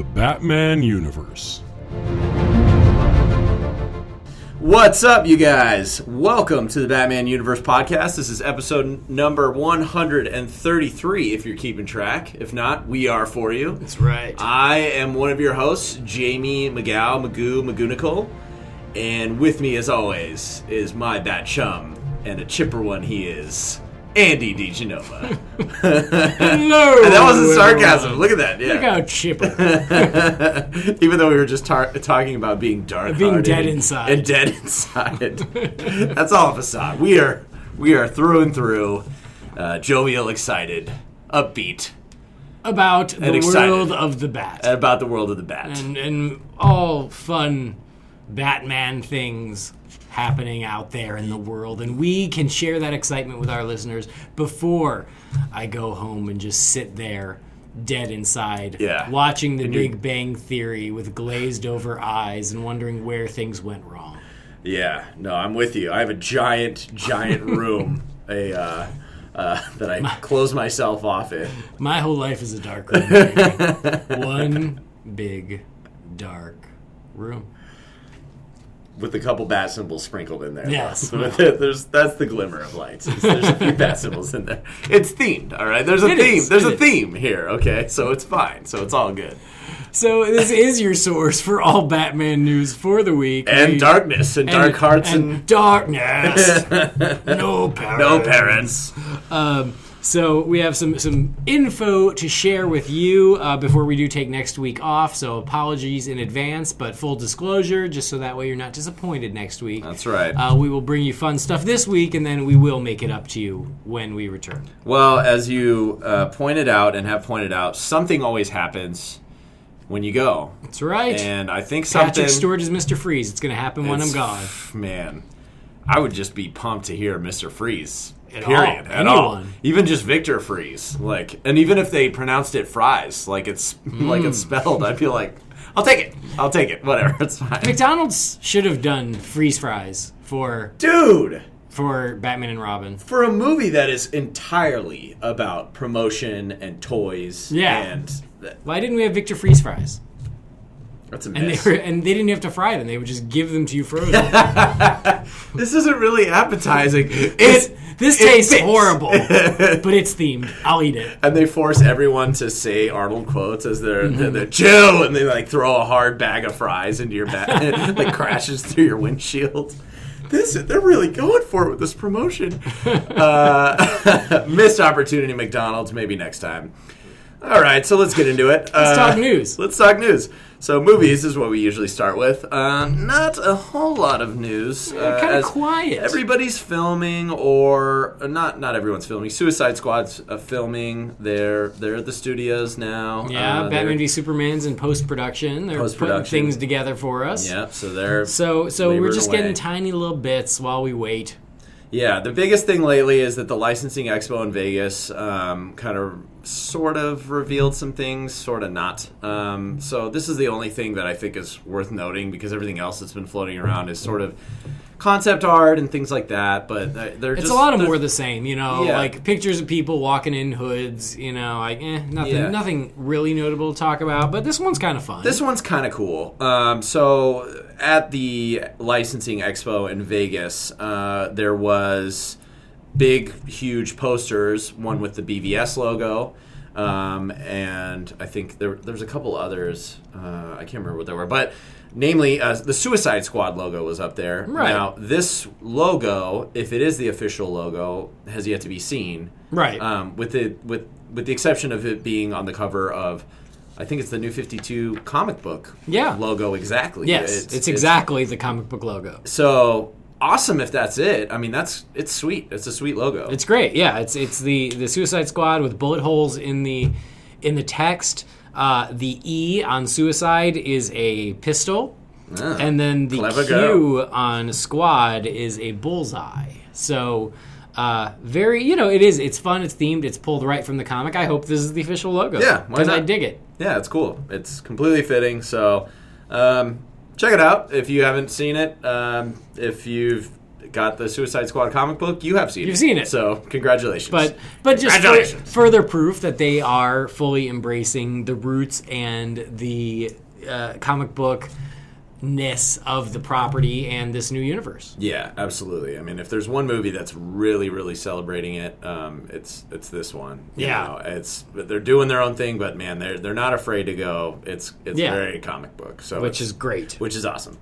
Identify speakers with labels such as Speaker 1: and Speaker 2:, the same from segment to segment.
Speaker 1: Batman universe.
Speaker 2: What's up, you guys? Welcome to the Batman Universe podcast. This is episode n- number 133, if you're keeping track. If not, we are for you.
Speaker 3: That's right.
Speaker 2: I am one of your hosts, Jamie McGow, Magoo, Magoo And with me, as always, is my bat chum, and a chipper one he is, Andy DeGenova.
Speaker 3: Hello.
Speaker 2: and that wasn't sarcasm. Look at that. Yeah.
Speaker 3: Look how chipper.
Speaker 2: Even though we were just tar- talking about being dark,
Speaker 3: Being dead inside.
Speaker 2: and dead inside. That's all of a facade. We are we are through and through, uh, jovial, excited, upbeat
Speaker 3: About the
Speaker 2: excited.
Speaker 3: world of the bat
Speaker 2: about the world of the bat.
Speaker 3: and and all fun Batman things happening out there in the world, and we can share that excitement with our listeners before I go home and just sit there. Dead inside,
Speaker 2: Yeah.
Speaker 3: watching the
Speaker 2: you're-
Speaker 3: Big Bang Theory with glazed over eyes and wondering where things went wrong.
Speaker 2: yeah, no, I'm with you. I have a giant, giant room, a uh, uh, that I close myself off in.
Speaker 3: My whole life is a dark room. baby. One big dark room.
Speaker 2: with a couple bat symbols sprinkled in there.
Speaker 3: Yes.
Speaker 2: With it, there's that's the glimmer of lights. It's- There's a few bat symbols in there. It's themed, all right. There's a
Speaker 3: It
Speaker 2: theme.
Speaker 3: is,
Speaker 2: There's
Speaker 3: it
Speaker 2: a
Speaker 3: is.
Speaker 2: theme here. Okay, so it's fine. So it's all good.
Speaker 3: So this is your source for all Batman news for the week.
Speaker 2: And
Speaker 3: We-
Speaker 2: darkness and, dark hearts and,
Speaker 3: darkness. no parents.
Speaker 2: no parents.
Speaker 3: Um, so we have some some info to share with you uh, before we do take next week off. So apologies in advance, but full disclosure, just so that way you're not disappointed next week.
Speaker 2: That's right.
Speaker 3: Uh, we will bring you fun stuff this week, and then we will make it up to you when we return.
Speaker 2: Well, as you uh, pointed out and have pointed out, something always happens when you go,
Speaker 3: That's right.
Speaker 2: and I think something.
Speaker 3: Patrick Stewart is Mr. Freeze. It's going to happen when I'm
Speaker 2: It's-
Speaker 3: gone.
Speaker 2: Man, I would just be pumped to hear Mr. Freeze.
Speaker 3: At
Speaker 2: period.
Speaker 3: all.
Speaker 2: At all.
Speaker 3: Anyone.
Speaker 2: Even just Victor Freeze. Like, and even if they pronounced it fries, like it's like it's
Speaker 3: Hmm.
Speaker 2: spelled, I'd be like, I'll take it. I'll take it. Whatever. It's fine.
Speaker 3: McDonald's should have done freeze fries for
Speaker 2: Dude,
Speaker 3: for Batman and Robin.
Speaker 2: for a movie that is entirely about promotion and toys,
Speaker 3: Yeah.
Speaker 2: and th-
Speaker 3: Why didn't we have Victor freeze fries?
Speaker 2: that's a
Speaker 3: And
Speaker 2: mess.
Speaker 3: they were, and they didn't have to fry them; they would just give them to you frozen.
Speaker 2: this isn't really appetizing.
Speaker 3: this
Speaker 2: It.
Speaker 3: this
Speaker 2: it
Speaker 3: tastes
Speaker 2: fits.
Speaker 3: horrible, but it's themed. I'll eat it.
Speaker 2: And they force everyone to say Arnold quotes as they're, they're,
Speaker 3: Mm-hmm.
Speaker 2: they're chill, and they like throw a hard bag of fries into your bag that crashes through your windshield. This they're really going for it with this promotion. Uh, missed opportunity, McDonald's. Maybe next time. All right, so let's get into it.
Speaker 3: Let's
Speaker 2: Uh,
Speaker 3: talk news.
Speaker 2: Let's talk news. So movies is what we usually start with. Uh, not a whole lot of news. uh,
Speaker 3: kinda
Speaker 2: as
Speaker 3: quiet.
Speaker 2: Everybody's filming, or uh, not. Not everyone's filming. Suicide Squad's uh, filming. They're they're at the studios now.
Speaker 3: Yeah,
Speaker 2: Uh,
Speaker 3: Batman v
Speaker 2: they're-
Speaker 3: Superman's in post production. They're putting
Speaker 2: Post-production.
Speaker 3: things together for us.
Speaker 2: Yeah, so they're
Speaker 3: So, so we're
Speaker 2: labored
Speaker 3: just
Speaker 2: away.
Speaker 3: getting tiny little bits while we wait.
Speaker 2: Yeah, the biggest thing lately is that the licensing expo in Vegas um, kind of sort of revealed some things, sort of not. Um, so this is the only thing that I think is worth noting because everything else that's been floating around is sort of concept art and things like that. But uh, they're
Speaker 3: It's
Speaker 2: just,
Speaker 3: a lot of
Speaker 2: they're-
Speaker 3: more the same, you know,
Speaker 2: Yeah.
Speaker 3: like pictures of people walking in hoods, you know, like eh, nothing,
Speaker 2: Yeah.
Speaker 3: nothing really notable to talk about. But this one's kind of fun.
Speaker 2: This one's kind of cool. Um, so at the licensing expo in Vegas, uh, there was big, huge posters. One with the BVS logo, um, and I think there there's a couple others. Uh, I can't remember what they were, but namely uh, the Suicide Squad logo was up there.
Speaker 3: Right.
Speaker 2: Now this logo, if it is the official logo, has yet to be seen.
Speaker 3: Right.
Speaker 2: Um, with the with with the exception of it being on the cover of, I think it's the New Fifty Two comic book.
Speaker 3: Yeah.
Speaker 2: Logo exactly.
Speaker 3: yes, it's, exactly the comic book logo.
Speaker 2: so awesome if that's it. I mean that's it's sweet. It's a sweet logo.
Speaker 3: It's great. Yeah, it's it's the the Suicide Squad with bullet holes in the in the text. Uh, the E on suicide is a pistol,
Speaker 2: Ah,
Speaker 3: and then the
Speaker 2: clever
Speaker 3: Q
Speaker 2: girl.
Speaker 3: on squad is a bullseye. So. Uh, very, you know, it is. It's fun. It's themed. It's pulled right from the comic. I hope this is the official logo.
Speaker 2: Yeah, why
Speaker 3: because I
Speaker 2: not?
Speaker 3: dig it.
Speaker 2: yeah, it's cool. It's completely fitting. So um, check it out if you haven't seen it. Um, if you've got the Suicide Squad comic book, you have seen it.
Speaker 3: You've seen it.
Speaker 2: So congratulations.
Speaker 3: But but just fur-
Speaker 2: Congratulations.
Speaker 3: further proof that they are fully embracing the roots and the uh, comic book ness of the property and this new universe.
Speaker 2: Yeah, absolutely. I mean, if there's one movie that's really, really celebrating it, um, it's it's this one. you
Speaker 3: Yeah.
Speaker 2: know. it's but they're doing their own thing, but man, they're they're not afraid to go. It's it's
Speaker 3: Yeah.
Speaker 2: very comic book, so
Speaker 3: Which
Speaker 2: it's-
Speaker 3: is great.
Speaker 2: which is awesome.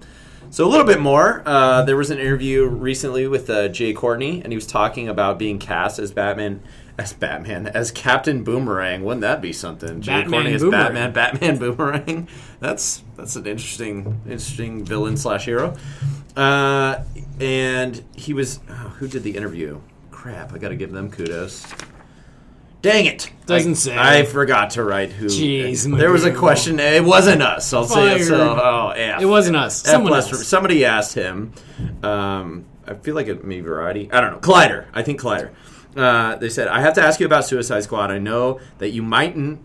Speaker 2: So a little bit more. Uh, there was an interview recently with uh, Jay Courtney, and he was talking about being cast as Batman, as Batman, as Captain Boomerang. Wouldn't that be something? Jay
Speaker 3: Batman
Speaker 2: Courtney
Speaker 3: Boomerang.
Speaker 2: as Batman, Batman Boomerang. That's that's an interesting, interesting villain slash hero. Uh, and he was oh, who did the interview? Crap, I got to give them kudos. Dang it!
Speaker 3: Doesn't
Speaker 2: I,
Speaker 3: say.
Speaker 2: I forgot to write who.
Speaker 3: Jeez,
Speaker 2: there was a
Speaker 3: Maduro.
Speaker 2: question. It wasn't us. I'll say it. So,
Speaker 3: Fired.
Speaker 2: oh, yeah.
Speaker 3: It wasn't us.
Speaker 2: F
Speaker 3: Someone
Speaker 2: plus
Speaker 3: else.
Speaker 2: for- somebody asked him. Um, I feel like it maybe Variety. I don't know. Collider. I think Collider. Uh, they said, "I have to ask you about Suicide Squad. I know that you mightn't,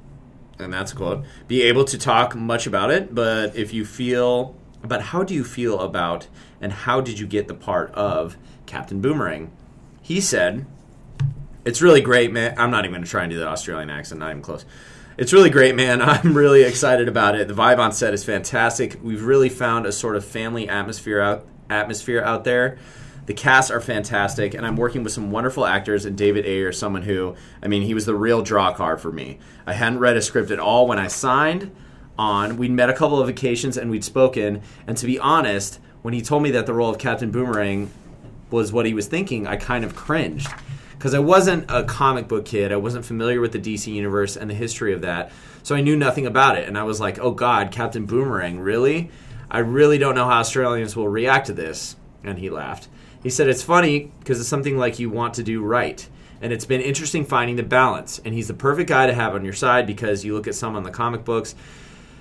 Speaker 2: and that's a quote, be able to talk much about it, but if you feel, but how do you feel about, and how did you get the part of Captain Boomerang?" He said, it's really great, man. I'm not even going to try and do the Australian accent, not even close. It's really great, man. I'm really excited about it. The vibe on set is fantastic. We've really found a sort of family atmosphere out atmosphere out there. The casts are fantastic, and I'm working with some wonderful actors. And David Ayer, someone who, I mean, he was the real draw card for me. I hadn't read a script at all when I signed on. We'd met a couple of occasions and we'd spoken. And to be honest, when he told me that the role of Captain Boomerang was what he was thinking, I kind of cringed because I wasn't a comic book kid. I wasn't familiar with the DC universe and the history of that, so I knew nothing about it. And I was like, "Oh God, Captain Boomerang, really? I really don't know how Australians will react to this." And he laughed. He said, "It's funny because it's something like you want to do right." And it's been interesting finding the balance. And he's the perfect guy to have on your side because you look at some on the comic books,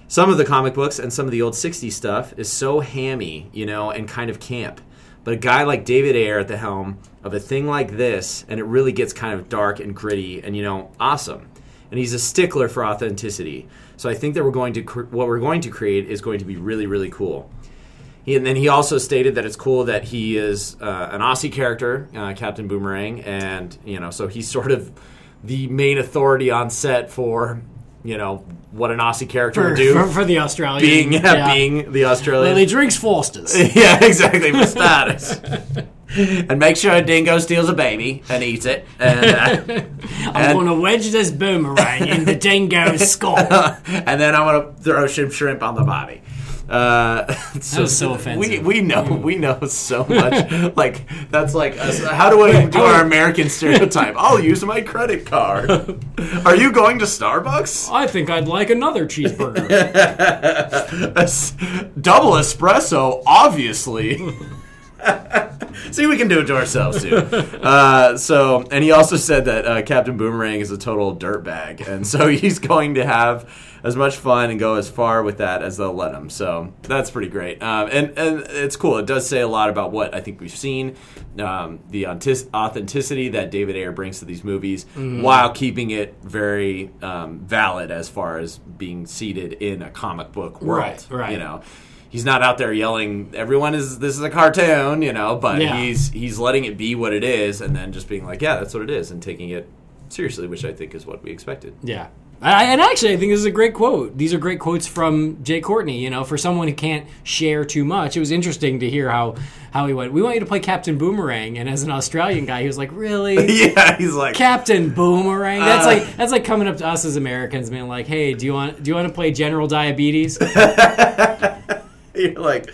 Speaker 2: some of the comic books and some of the old 60s stuff is so hammy, you know, and kind of camp. But a guy like David Ayer at the helm of a thing like this, and it really gets kind of dark and gritty and, you know, awesome. And he's a stickler for authenticity. So I think that we're going to, cr- what we're going to create is going to be really, really cool. He, and then he also stated that it's cool that he is uh, an Aussie character, uh, Captain Boomerang, and you know, so he's sort of the main authority on set for you know what an Aussie character
Speaker 3: For,
Speaker 2: would do,
Speaker 3: for, for the Australian.
Speaker 2: being yeah, being the Australian.
Speaker 3: Well, he drinks Foster's.
Speaker 2: yeah, exactly for starters. and make sure a dingo steals a baby and eats it. And, uh,
Speaker 3: I'm going to wedge this boomerang in the dingo's skull.
Speaker 2: uh, and then I want to throw some shrimp on the body. Uh, so,
Speaker 3: was so offensive. Mm.
Speaker 2: We, we know we know so much. like that's like us, how do I do our American stereotype? I'll use my credit card. Are you going to Starbucks?
Speaker 3: I think I'd like another cheeseburger.
Speaker 2: A s- double espresso, obviously. See, we can do it to ourselves too. Uh, so, and he also said that uh, Captain Boomerang is a total dirtbag, and so he's going to have as much fun and go as far with that as they'll let him. So that's pretty great, um, and and it's cool. It does say a lot about what I think we've seen, um, the authentic- authenticity that David Ayer brings to these movies,
Speaker 3: Mm-hmm.
Speaker 2: while keeping it very um, valid as far as being seated in a comic book world.
Speaker 3: Right, right.
Speaker 2: You know know, he's not out there yelling everyone is this is a cartoon you know but
Speaker 3: Yeah.
Speaker 2: he's he's letting it be what it is and then just being like yeah that's what it is and taking it seriously which i think is what we expected
Speaker 3: yeah. I, and actually, I think this is a great quote. These are great quotes from Jay Courtney. You know, for someone who can't share too much, it was interesting to hear how, how he went. We want you to play Captain Boomerang, and as an Australian guy, he was like, "Really,
Speaker 2: yeah he's like
Speaker 3: Captain Boomerang?" That's
Speaker 2: Uh.
Speaker 3: like that's like coming up to us as Americans, being like, "Hey, do you want do you want to play General Diabetes?
Speaker 2: you're like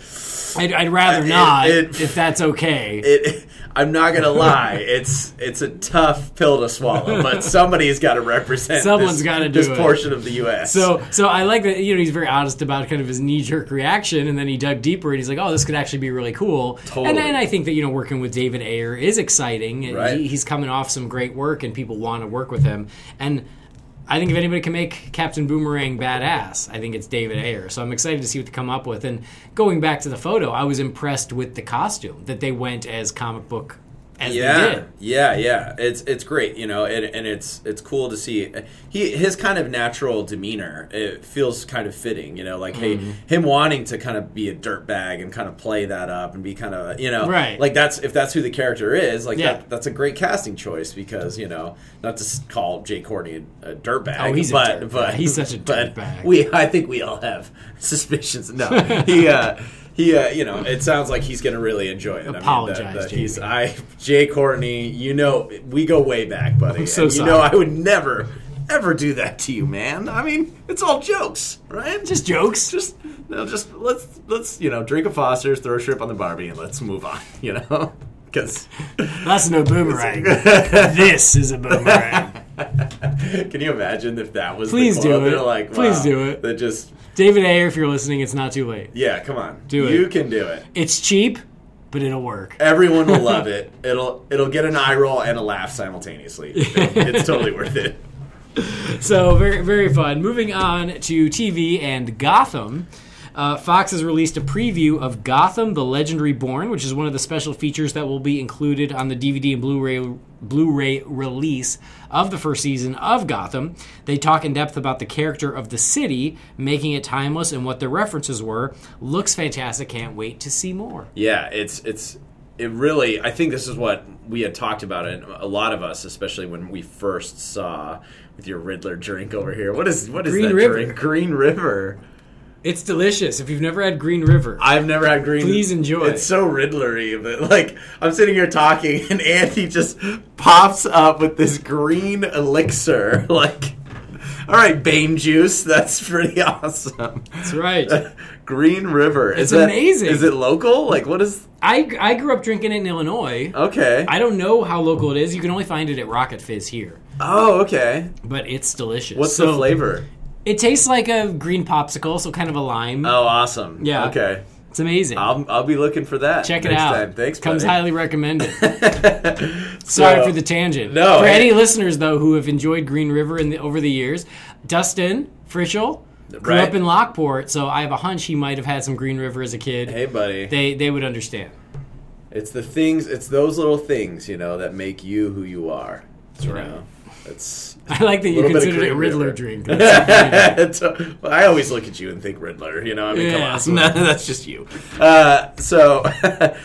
Speaker 3: I'd, I'd rather not,
Speaker 2: it-
Speaker 3: if that's okay."
Speaker 2: it i'm not gonna lie it's it's a tough pill to swallow but somebody's got to represent
Speaker 3: Someone's
Speaker 2: this-
Speaker 3: gotta do
Speaker 2: this
Speaker 3: it.
Speaker 2: portion of the us
Speaker 3: So, so I like that. You know, he's very honest about kind of his knee jerk reaction, and then he dug deeper, and he's like, "Oh, this could actually be really cool." And,
Speaker 2: Totally.
Speaker 3: and I think that you know, working with David Ayer is exciting. and
Speaker 2: Right.
Speaker 3: He, he's coming off some great work, and people want to work with him. And I think if anybody can make Captain Boomerang badass, I think it's David Ayer. So I'm excited to see what they come up with. And going back to the photo, I was impressed with the costume that they went as comic book as
Speaker 2: yeah,
Speaker 3: they did.
Speaker 2: yeah, yeah. It's it's great, you know, and, and it's it's cool to see uh, he his kind of natural demeanor. It feels kind of fitting, you know, like
Speaker 3: Mm-hmm.
Speaker 2: hey, him wanting to kind of be a dirtbag and kind of play that up and be kind of you know,
Speaker 3: Right.
Speaker 2: Like that's if that's who the character is, like
Speaker 3: Yeah.
Speaker 2: that, that's a great casting choice because you know, not to s- call Jay Courtney a, a dirtbag,
Speaker 3: Oh, he's a
Speaker 2: but
Speaker 3: dirtbag.
Speaker 2: but
Speaker 3: He's such a
Speaker 2: but
Speaker 3: dirtbag.
Speaker 2: We I think we all have suspicions. No, he. Uh, he, uh, you know, it sounds like he's going to really enjoy it. I mean, that-
Speaker 3: Apologize,
Speaker 2: that
Speaker 3: Jay.
Speaker 2: he's I, Jay Courtney, you know, we go way back, buddy. And
Speaker 3: so
Speaker 2: you
Speaker 3: sorry.
Speaker 2: know, I would never, ever do that to you, man. I mean, it's all jokes, right?
Speaker 3: Just jokes.
Speaker 2: just, no, just let's, let's, you know, drink a Foster's, throw a strip on the Barbie, and let's move on, you know? Because,
Speaker 3: That's no boomerang. this is a boomerang.
Speaker 2: can you imagine if that was
Speaker 3: Please
Speaker 2: the
Speaker 3: do
Speaker 2: club?
Speaker 3: it.
Speaker 2: They're like,
Speaker 3: Please
Speaker 2: wow,
Speaker 3: do it.
Speaker 2: That just,
Speaker 3: David Ayer, if you're listening, it's not too late.
Speaker 2: yeah, come on.
Speaker 3: Do it.
Speaker 2: You can do it.
Speaker 3: It's cheap, but it'll work.
Speaker 2: Everyone will love it. It'll, it'll get an eye roll and a laugh simultaneously. it's totally worth it.
Speaker 3: So very very fun. Moving on to TV and Gotham. Uh, Fox has released a preview of Gotham: The Legend Reborn, which is one of the special features that will be included on the DVD and Blu-ray Blu-ray release of the first season of Gotham. They talk in depth about the character of the city, making it timeless, and what their references were. Looks fantastic. Can't wait to see more.
Speaker 2: Yeah, it's it's it really. I think this is what we had talked about, and a lot of us, especially when we first saw with your Riddler drink over here. What is what is
Speaker 3: Green
Speaker 2: that
Speaker 3: River.
Speaker 2: drink? Green River.
Speaker 3: It's delicious. If you've never had Green River,
Speaker 2: I've never had green.
Speaker 3: Please enjoy.
Speaker 2: It's so Riddlery, but like I'm sitting here talking, and Andy just pops up with this green elixir. Like, all right, Bane juice. That's pretty awesome.
Speaker 3: that's right.
Speaker 2: Green River. Is
Speaker 3: It's
Speaker 2: that-
Speaker 3: amazing.
Speaker 2: Is it local? Like, what is?
Speaker 3: I I grew up drinking it in Illinois.
Speaker 2: Okay.
Speaker 3: I don't know how local it is. You can only find it at Rocket Fizz here,
Speaker 2: oh, okay.
Speaker 3: but it's delicious.
Speaker 2: What's
Speaker 3: So,
Speaker 2: the flavor?
Speaker 3: It tastes like a green popsicle, so kind of a lime.
Speaker 2: Oh, awesome.
Speaker 3: Yeah.
Speaker 2: Okay.
Speaker 3: it's amazing.
Speaker 2: I'll, I'll be looking for that.
Speaker 3: Check it
Speaker 2: next
Speaker 3: out.
Speaker 2: Time. Thanks,
Speaker 3: Comes
Speaker 2: buddy.
Speaker 3: highly recommended. Sorry for the tangent.
Speaker 2: No,
Speaker 3: for
Speaker 2: hey.
Speaker 3: any listeners though who have enjoyed Green River in the, over the years, Dustin Frischel grew
Speaker 2: Right.
Speaker 3: up in Lockport, so I have a hunch he might have had some Green River as a kid.
Speaker 2: Hey, buddy.
Speaker 3: They they would understand.
Speaker 2: it's the things. It's those little things, you know, that make you who you are. That's
Speaker 3: right.
Speaker 2: That's.
Speaker 3: I like that you
Speaker 2: Little bit of
Speaker 3: considered it a
Speaker 2: Green
Speaker 3: Riddler
Speaker 2: River.
Speaker 3: drink. That's so funny.
Speaker 2: It's- well, I always look at you and think Riddler. You know, I mean,
Speaker 3: Yeah, that's
Speaker 2: come
Speaker 3: what
Speaker 2: on,
Speaker 3: I
Speaker 2: no, that's just you. Uh, so,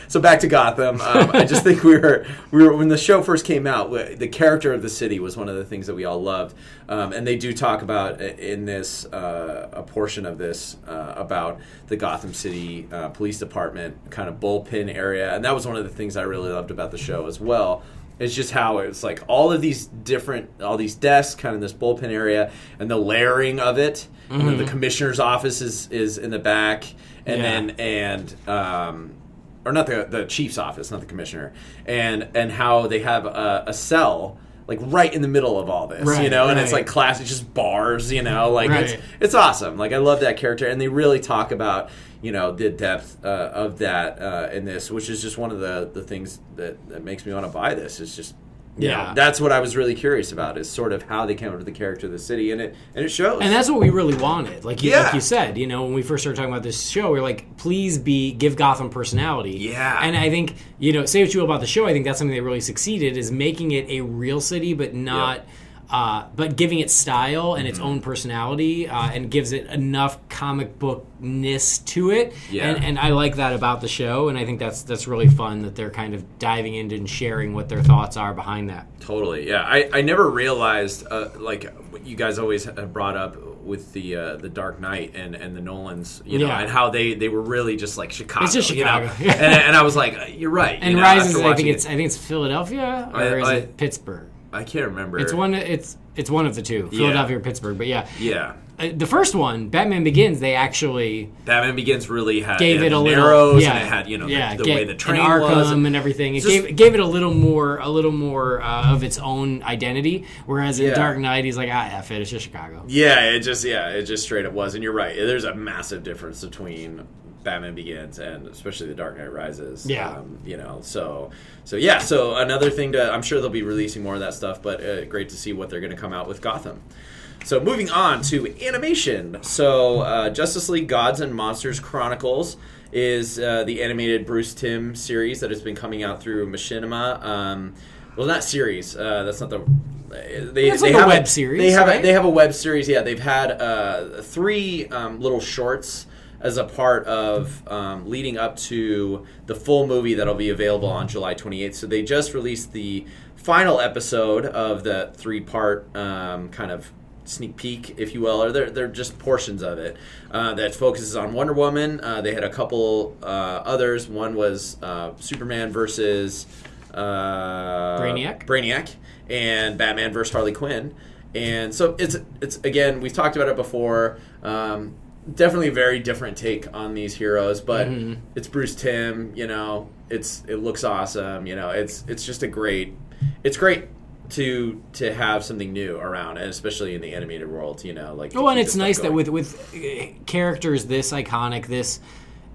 Speaker 2: so back to Gotham. Um, I just think we were we were when the show first came out. we- The character of the city was one of the things that we all loved, um, and they do talk about i- in this uh, a portion of this uh, about the Gotham City uh, Police Department kind of bullpen area, and that was one of the things I really loved about the show as well. It's just how it's like all of these different, all these desks, kind of this bullpen area, and the layering of it. And then the commissioner's office is, is in the back, and
Speaker 3: Mm-hmm. Yeah.
Speaker 2: then and um, or not the the chief's office, not the commissioner, and and how they have a, a cell like right in the middle of all this, you
Speaker 3: Right,
Speaker 2: know, and it's
Speaker 3: right.
Speaker 2: like class, it's just bars, you know, like
Speaker 3: Right.
Speaker 2: it's it's awesome. Like I love that character, and they really talk about you know the depth uh, of that uh, in this, which is just one of the the things that that makes me want to buy this. Is just you
Speaker 3: Yeah.
Speaker 2: know, that's what I was really curious about is sort of how they came up with the character of the city, and it and it shows.
Speaker 3: And that's what we really wanted. Like you, like
Speaker 2: Yeah.
Speaker 3: you said, you know, when we first started talking about this show, we were like, please be give Gotham personality.
Speaker 2: Yeah.
Speaker 3: And I think, you know, say what you will about the show, I think that's something that really succeeded is making it a real city, but not uh, but giving it style and
Speaker 2: Mm-hmm.
Speaker 3: its own personality uh, and gives it enough comic bookness to it.
Speaker 2: Yeah.
Speaker 3: And and I like that about the show and I think that's that's really fun that they're kind of diving into and sharing what their thoughts are behind that.
Speaker 2: Totally, yeah. I, I never realized uh, like what you guys always have brought up with the uh, the Dark Knight and, and the Nolans, you know,
Speaker 3: Yeah.
Speaker 2: and how they, they were really just like Chicago,
Speaker 3: It's just
Speaker 2: you
Speaker 3: Chicago.
Speaker 2: know? and, and I was like, uh, you're right.
Speaker 3: And
Speaker 2: you know,
Speaker 3: Rises,
Speaker 2: after
Speaker 3: I
Speaker 2: watching
Speaker 3: think
Speaker 2: it-
Speaker 3: it's I think it's Philadelphia or
Speaker 2: I-
Speaker 3: is
Speaker 2: I-
Speaker 3: it Pittsburgh?
Speaker 2: I can't remember.
Speaker 3: It's one. It's it's one of the two, Philadelphia or Pittsburgh. But yeah,
Speaker 2: Yeah,
Speaker 3: Uh, the first one, Batman Begins, they actually
Speaker 2: Batman Begins really had
Speaker 3: gave it a little
Speaker 2: narrows
Speaker 3: yeah,
Speaker 2: and it had you know
Speaker 3: yeah,
Speaker 2: the, the
Speaker 3: ga-
Speaker 2: way the
Speaker 3: and
Speaker 2: train
Speaker 3: Arkham
Speaker 2: was.
Speaker 3: and everything. It
Speaker 2: Just-
Speaker 3: gave gave it a little more a little more uh, of its own identity. Whereas in
Speaker 2: Yeah.
Speaker 3: Dark Knight, he's like, ah, F it, it's just Chicago.
Speaker 2: Yeah, it just yeah, it just straight up was, and you're right. There's a massive difference between Batman Begins and especially The Dark Knight Rises. um,
Speaker 3: Yeah.
Speaker 2: you know, so so yeah, so another thing to I'm sure they'll be releasing more of that stuff, but uh, great to see what they're going to come out with Gotham. So moving on to animation, so uh, Justice League Gods and Monsters Chronicles is uh, the animated Bruce Tim series that has been coming out through Machinima. Um, well, not series. Uh, that's not the. They,
Speaker 3: It's
Speaker 2: they
Speaker 3: like a
Speaker 2: have
Speaker 3: web series,
Speaker 2: They have a-
Speaker 3: right?
Speaker 2: they have a web series. Yeah, they've had uh, three um, little shorts as a part of um, leading up to the full movie that'll be available on July 28th. So they just released the final episode of the three part um, kind of sneak peek, if you will, or they're, they're just portions of it uh, that focuses on Wonder Woman. Uh, they had a couple uh, others. One was uh, Superman versus uh,
Speaker 3: Brainiac?
Speaker 2: Brainiac, and Batman versus Harley Quinn. And so it's it's again we've talked about it before. Um, definitely a very different take on these heroes, but
Speaker 3: Mm-hmm.
Speaker 2: it's Bruce Tim. You know, it's it looks awesome. You know, it's it's just a great it's great to to have something new around, and especially in the animated world. You know, like to
Speaker 3: Oh, and
Speaker 2: keep this
Speaker 3: it's
Speaker 2: stuff
Speaker 3: nice that
Speaker 2: going.
Speaker 3: with with uh, characters this iconic, this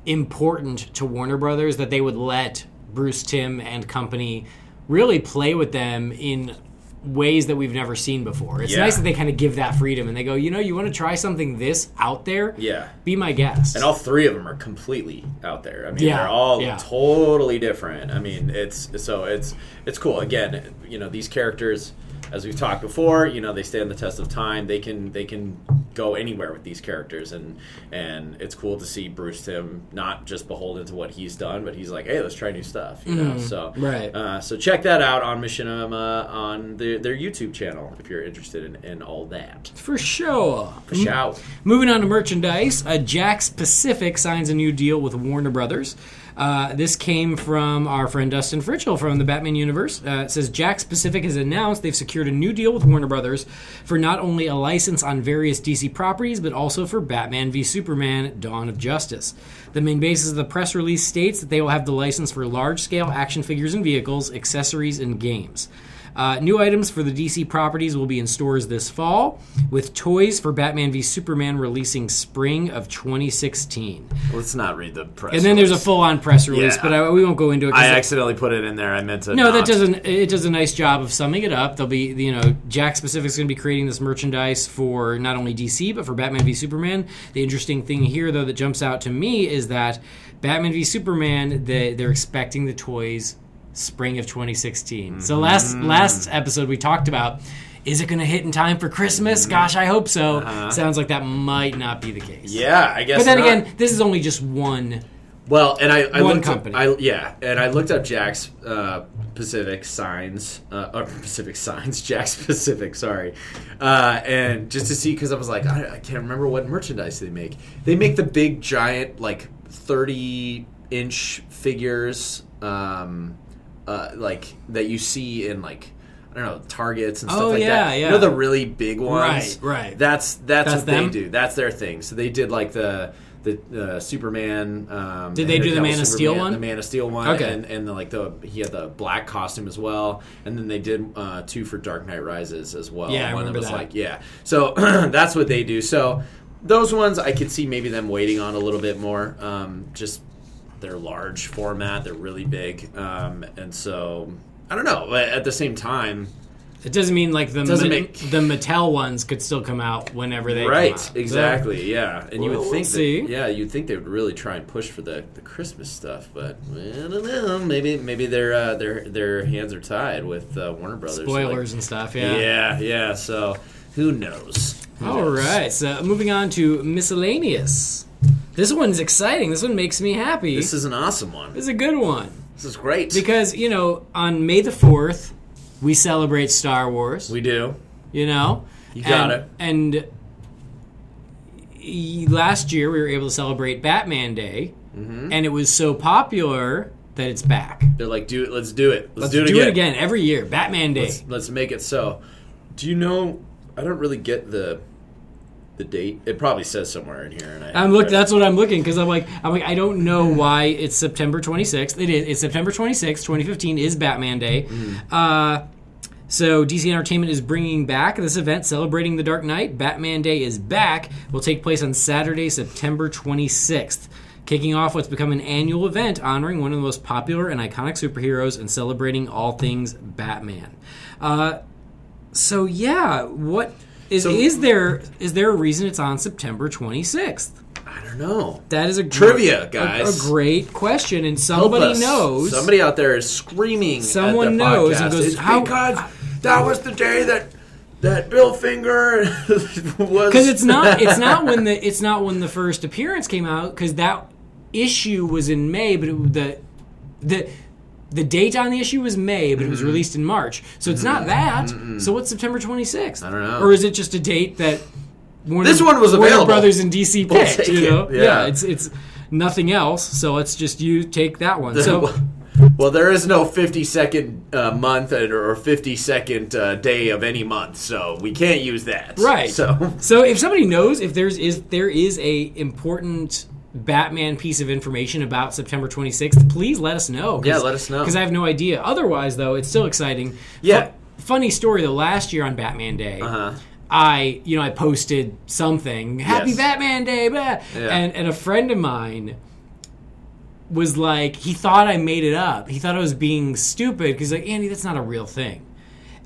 Speaker 3: important to Warner Brothers, that they would let Bruce Tim and company really play with them in ways that we've never seen before. It's
Speaker 2: Yeah.
Speaker 3: nice that they kind of give that freedom and they go, you know, you want to try something this out there?
Speaker 2: yeah.
Speaker 3: Be my guest.
Speaker 2: And all three of them are completely out there. I mean,
Speaker 3: Yeah,
Speaker 2: they're all
Speaker 3: yeah.
Speaker 2: totally different. I mean, it's so it's it's cool. Again, you know, these characters, as we've talked before, you know, they stand the test of time. They can they can go anywhere with these characters, and and it's cool to see Bruce Tim not just beholden to what he's done, but he's like, hey, let's try new stuff. You know, so
Speaker 3: Mm-hmm. right.
Speaker 2: Uh, so check that out on Machinima on their their YouTube channel if you're interested in, in all that.
Speaker 3: For sure.
Speaker 2: Shout.
Speaker 3: Moving on to merchandise, uh, Jack's Pacific signs a new deal with Warner Brothers. Uh, this came from our friend Dustin Fritchell from the Batman universe. Uh, it says Jack's Pacific has announced they've secured a new deal with Warner Brothers for not only a license on various DC properties, but also for Batman v Superman Dawn of Justice. The main basis of the press release states that they will have the license for large scale action figures and vehicles, accessories, and games. Uh, new items for the DC properties will be in stores this fall, with toys for Batman v Superman releasing spring of 2016.
Speaker 2: Let's not read the press.
Speaker 3: And then there's a full-on press release,
Speaker 2: Yeah.
Speaker 3: but I, we won't go into it. 'cause
Speaker 2: I
Speaker 3: it-
Speaker 2: accidentally put it in there. I meant to.
Speaker 3: no, that
Speaker 2: not.
Speaker 3: doesn't. It does a nice job of summing it up. They'll be, you know, Jack Specific's going to be creating this merchandise for not only DC but for Batman v Superman. The interesting thing here, though, that jumps out to me is that Batman v Superman, they, they're expecting the toys spring of 2016. So
Speaker 2: Mm-hmm.
Speaker 3: last last episode we talked about. Is it going to hit in time for Christmas?
Speaker 2: Mm-hmm.
Speaker 3: Gosh, I hope so. Sounds like that might not be the case.
Speaker 2: Yeah, I guess.
Speaker 3: But then
Speaker 2: Uh-huh. not.
Speaker 3: again, this is only just one.
Speaker 2: well, and I, I
Speaker 3: one
Speaker 2: looked up-
Speaker 3: company.
Speaker 2: I, yeah, and I looked up Jack's uh, Pacific signs, uh, or Pacific signs, Jack's Pacific. Sorry, uh, and just to see because I was like, I, I can't remember what merchandise they make. They make the big giant like thirty inch figures, um, uh, like that you see in like. I don't know targets and stuff
Speaker 3: Oh,
Speaker 2: like
Speaker 3: yeah,
Speaker 2: that.
Speaker 3: yeah.
Speaker 2: You know the really big ones,
Speaker 3: Right, right.
Speaker 2: That's that's,
Speaker 3: That's
Speaker 2: what
Speaker 3: them?
Speaker 2: they do. That's their thing. So they did like the the uh, Superman. Um,
Speaker 3: Did they
Speaker 2: and
Speaker 3: do the
Speaker 2: Devil
Speaker 3: Man of Steel
Speaker 2: Superman-
Speaker 3: one?
Speaker 2: The Man of Steel one.
Speaker 3: Okay.
Speaker 2: And, and the, like the he had the black costume as well, and then they did uh, two for Dark Knight Rises as well.
Speaker 3: Yeah, I
Speaker 2: one
Speaker 3: remember
Speaker 2: was
Speaker 3: that.
Speaker 2: like yeah. So that's what they do. So those ones I could see maybe them waiting on a little bit more. Um, just they're large format. They're really big, um, and so I don't know. But at the same time,
Speaker 3: It doesn't mean like the
Speaker 2: Doesn't
Speaker 3: Ma-
Speaker 2: make-
Speaker 3: the Mattel ones could still come out whenever they come
Speaker 2: right
Speaker 3: out. So-
Speaker 2: exactly yeah and you would
Speaker 3: Well,
Speaker 2: think
Speaker 3: we'll
Speaker 2: that,
Speaker 3: see.
Speaker 2: yeah you'd think they would really try and push for the, the christmas stuff but i don't know maybe maybe their uh, their their hands are tied with uh, warner brothers So, like,
Speaker 3: spoilers and stuff. Yeah.
Speaker 2: yeah. yeah so who knows Who
Speaker 3: All
Speaker 2: knows?
Speaker 3: right. So moving on to miscellaneous. This one's exciting. This one makes me happy.
Speaker 2: this is an awesome one
Speaker 3: This is a good one
Speaker 2: this is great
Speaker 3: because you know on May the fourth we celebrate Star Wars.
Speaker 2: we do
Speaker 3: you know,
Speaker 2: You got
Speaker 3: and, it. And y- last year we were able to celebrate Batman Day,
Speaker 2: Mm-hmm.
Speaker 3: and it was so popular that it's back.
Speaker 2: they're like do it let's do it let's,
Speaker 3: Let's do it again every year. Batman Day.
Speaker 2: Let's, let's make it so. Do you know? I don't really get the the date. It probably says somewhere in here. And I
Speaker 3: I'm look. That's what I'm looking because I'm like I'm like I don't know why it's September 26th. It is. It's September 26th, 2015 is Batman Day. Uh, so DC Entertainment is bringing back this event celebrating the Dark Knight. Batman Day is back. Will take place on Saturday, September 26th. Kicking off what's become an annual event honoring one of the most popular and iconic superheroes and celebrating all things Batman. Uh, so yeah, what is
Speaker 2: So-
Speaker 3: is there is there a reason it's on September 26th?
Speaker 2: I don't know.
Speaker 3: That is a gr-
Speaker 2: Trivia,
Speaker 3: a-
Speaker 2: guys.
Speaker 3: A, great question, and
Speaker 2: Help
Speaker 3: somebody
Speaker 2: us.
Speaker 3: knows.
Speaker 2: Somebody out there is screaming.
Speaker 3: Someone
Speaker 2: at the
Speaker 3: knows and
Speaker 2: podcast.
Speaker 3: goes,
Speaker 2: It's
Speaker 3: "How-
Speaker 2: because that was the day that that Bill Finger was."
Speaker 3: because it's not it's not when the it's not when the first appearance came out because that issue was in May, but it, the the the date on the issue was May, but it
Speaker 2: Mm-hmm.
Speaker 3: was released in March, so it's not that. So what's September 26th? I
Speaker 2: don't know.
Speaker 3: Or is it just a date that Warner,
Speaker 2: This one was
Speaker 3: Warner
Speaker 2: available.
Speaker 3: Brothers in DC picked?
Speaker 2: take
Speaker 3: you
Speaker 2: it.
Speaker 3: know,
Speaker 2: Yeah.
Speaker 3: It's it's nothing else. So it's just you take that one. So
Speaker 2: well, there is no fifty second uh, month or fifty second uh, day of any month, so we can't use that.
Speaker 3: Right.
Speaker 2: So
Speaker 3: so if somebody knows if there's is there is a important Batman piece of information about September 26th, please let us know. 'cause-
Speaker 2: Yeah, let us know.
Speaker 3: Cuz I have no idea. Otherwise though, it's still exciting.
Speaker 2: Yeah. Uh-huh.
Speaker 3: Fu- funny story though, last year on Batman Day, I, you know, I posted something, Happy
Speaker 2: Yes.
Speaker 3: Batman Day, blah. And and a friend of mine was like he thought I made it up. He thought I was being stupid because like Andy, that's not a real thing.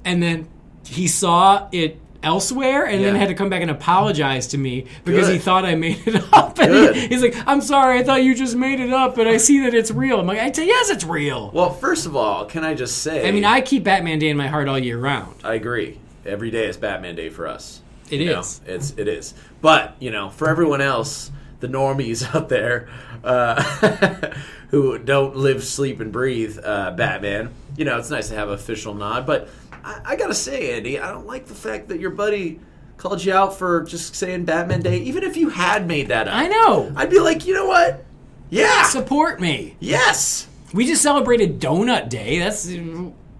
Speaker 3: And then he saw it elsewhere and then
Speaker 2: Yeah.
Speaker 3: had to come back and apologize to me because he
Speaker 2: Good.
Speaker 3: thought I made it up. And
Speaker 2: Good.
Speaker 3: he- he's like, "I'm sorry, I thought you just made it up, but I see that it's real." I'm like, "I say yes, it's real."
Speaker 2: well, first of all, can I just say?
Speaker 3: I mean, I keep Batman Day in my heart all year round.
Speaker 2: I agree. Every day is Batman Day for us.
Speaker 3: It
Speaker 2: It is.
Speaker 3: is.
Speaker 2: It's it is. But you know, for everyone else, the normies out there uh, who don't live, sleep, and breathe uh, Batman, you know, it's nice to have official nod. But I, I gotta say, Andy, I don't like the fact that your buddy called you out for just saying Batman Day, even if you had made that up.
Speaker 3: I know.
Speaker 2: I'd be like, you know what? Yeah.
Speaker 3: Support me.
Speaker 2: yes.
Speaker 3: We just celebrated Donut Day. That's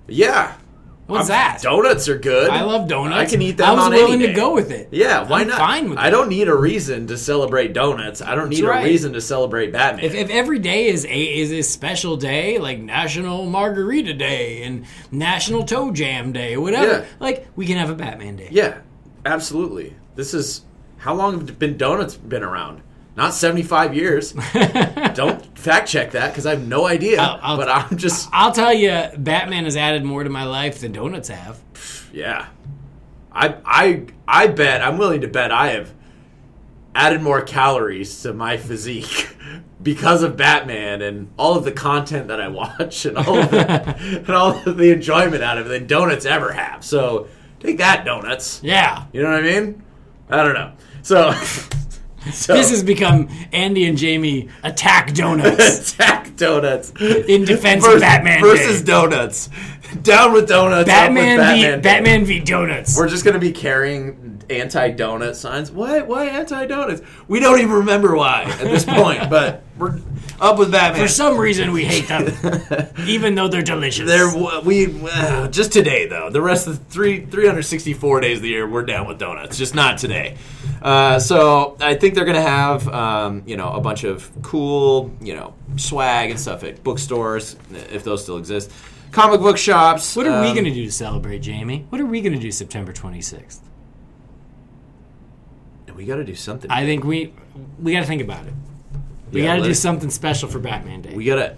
Speaker 2: Yeah.
Speaker 3: what's
Speaker 2: I'm-
Speaker 3: that?
Speaker 2: Donuts are good.
Speaker 3: I love donuts.
Speaker 2: I can eat them
Speaker 3: I was
Speaker 2: on any
Speaker 3: willing
Speaker 2: day.
Speaker 3: to go with it.
Speaker 2: Yeah, why
Speaker 3: I'm
Speaker 2: not?
Speaker 3: Fine with
Speaker 2: I
Speaker 3: it.
Speaker 2: don't need a reason to celebrate donuts. I don't need
Speaker 3: right.
Speaker 2: a reason to celebrate Batman.
Speaker 3: If, if every day is a is a special day, like National Margarita Day and National Toe Jam Day, whatever,
Speaker 2: Yeah.
Speaker 3: like we can have a Batman Day.
Speaker 2: yeah, absolutely. This is how long have been donuts been around? Not seventy five years. don't fact check that because I have no idea.
Speaker 3: I'll- I'll-
Speaker 2: but I'm just
Speaker 3: I'll tell you, Batman has added more to my life than donuts have.
Speaker 2: yeah. I I I bet I'm willing to bet I have added more calories to my physique because of Batman and all of the content that I watch and all of the, and all of the enjoyment out of it than donuts ever have. So take that, donuts.
Speaker 3: Yeah.
Speaker 2: You know what I mean? I don't know. So, so
Speaker 3: This has become Andy and Jamie attack donuts
Speaker 2: attack donuts
Speaker 3: in defense of Batman
Speaker 2: versus
Speaker 3: Day.
Speaker 2: donuts. Down with donuts. up
Speaker 3: Batman,
Speaker 2: with Batman
Speaker 3: v
Speaker 2: Day.
Speaker 3: Batman v donuts.
Speaker 2: We're just gonna be carrying anti-donut signs. What? Why anti-donuts? We don't even remember why at this point. but we're up with Batman.
Speaker 3: For some reason, we hate them, even though they're delicious.
Speaker 2: There, w- we uh, just today though. The rest of the three 364 days of the year, we're down with donuts. Just not today. Uh, so I think they're gonna have um, you know a bunch of cool you know swag and stuff at bookstores if those still exist, comic book shops.
Speaker 3: what are we
Speaker 2: um,
Speaker 3: going to do to celebrate, Jamie? What are we going to do September 26th?
Speaker 2: We got to do something.
Speaker 3: I think we we got to think about it. We
Speaker 2: Yeah,
Speaker 3: got to
Speaker 2: let
Speaker 3: do
Speaker 2: it-
Speaker 3: something special for Batman Day.
Speaker 2: We gotta.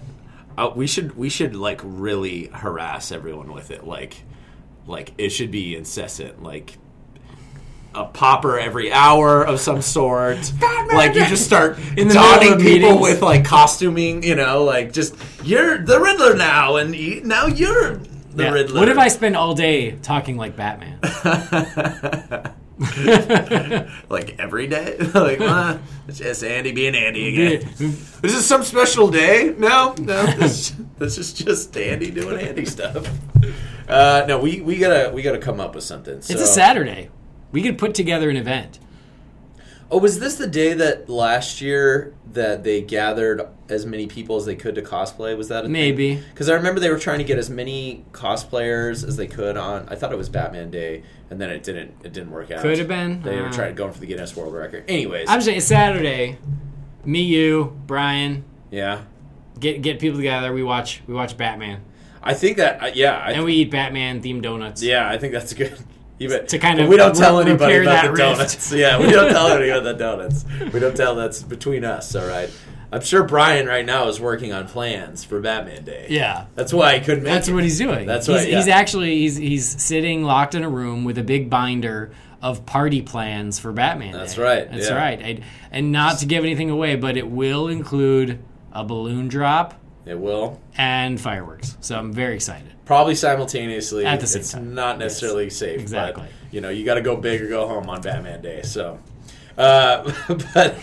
Speaker 2: Uh, we should. We should like really harass everyone with it. Like, like it should be incessant. Like a popper every hour of some sort. like you just start
Speaker 3: In the middle
Speaker 2: dotting
Speaker 3: of
Speaker 2: people
Speaker 3: meetings.
Speaker 2: with like costuming. You know, like just you're the Riddler now, and you, now you're the
Speaker 3: Yeah.
Speaker 2: Riddler.
Speaker 3: What if I spend all day talking like Batman?
Speaker 2: like every day? like uh, it's just Andy being Andy again.
Speaker 3: That's
Speaker 2: Is this some special day? No, no. This, this is just Andy doing Andy stuff. Uh, no, we, we gotta we gotta come up with something. So.
Speaker 3: a Saturday. We could put together an event.
Speaker 2: Oh, was this the day that last year that they gathered as many people as they could to cosplay? Was that a
Speaker 3: Maybe.
Speaker 2: Because I remember they were trying to get as many cosplayers as they could on. I thought it was Batman Day, and then it didn't. It didn't work out.
Speaker 3: Could have been.
Speaker 2: They were
Speaker 3: Uh,
Speaker 2: trying going for the Guinness World Record. Anyways,
Speaker 3: I'm saying Saturday. Me, you, Brian,
Speaker 2: yeah.
Speaker 3: get get people together. We watch we watch Batman
Speaker 2: I think that. I- Yeah, I
Speaker 3: and we eat Batman themed donuts.
Speaker 2: Yeah, I think that's good. Even,
Speaker 3: To kind of
Speaker 2: we don't tell
Speaker 3: re-
Speaker 2: anybody
Speaker 3: repair
Speaker 2: about the
Speaker 3: that rift.
Speaker 2: donuts. Yeah, we don't tell anybody about the donuts. We don't tell that's between us. All right. I'm sure Brian right now is working on plans for Batman Day.
Speaker 3: Yeah.
Speaker 2: that's why I couldn't make.
Speaker 3: That's
Speaker 2: it.
Speaker 3: what he's doing.
Speaker 2: That's
Speaker 3: he's,
Speaker 2: right, yeah.
Speaker 3: he's actually he's he's sitting locked in a room with a big binder of party plans for Batman.
Speaker 2: That's
Speaker 3: Day.
Speaker 2: right,
Speaker 3: That's
Speaker 2: yeah.
Speaker 3: right. I, and not to give anything away, but it will include a balloon drop
Speaker 2: It will
Speaker 3: and fireworks. So I'm very excited.
Speaker 2: probably simultaneously.
Speaker 3: At the same
Speaker 2: it's
Speaker 3: time.
Speaker 2: not necessarily safe.
Speaker 3: exactly.
Speaker 2: But, you know, you got to go big or go home on Batman Day. So, uh, but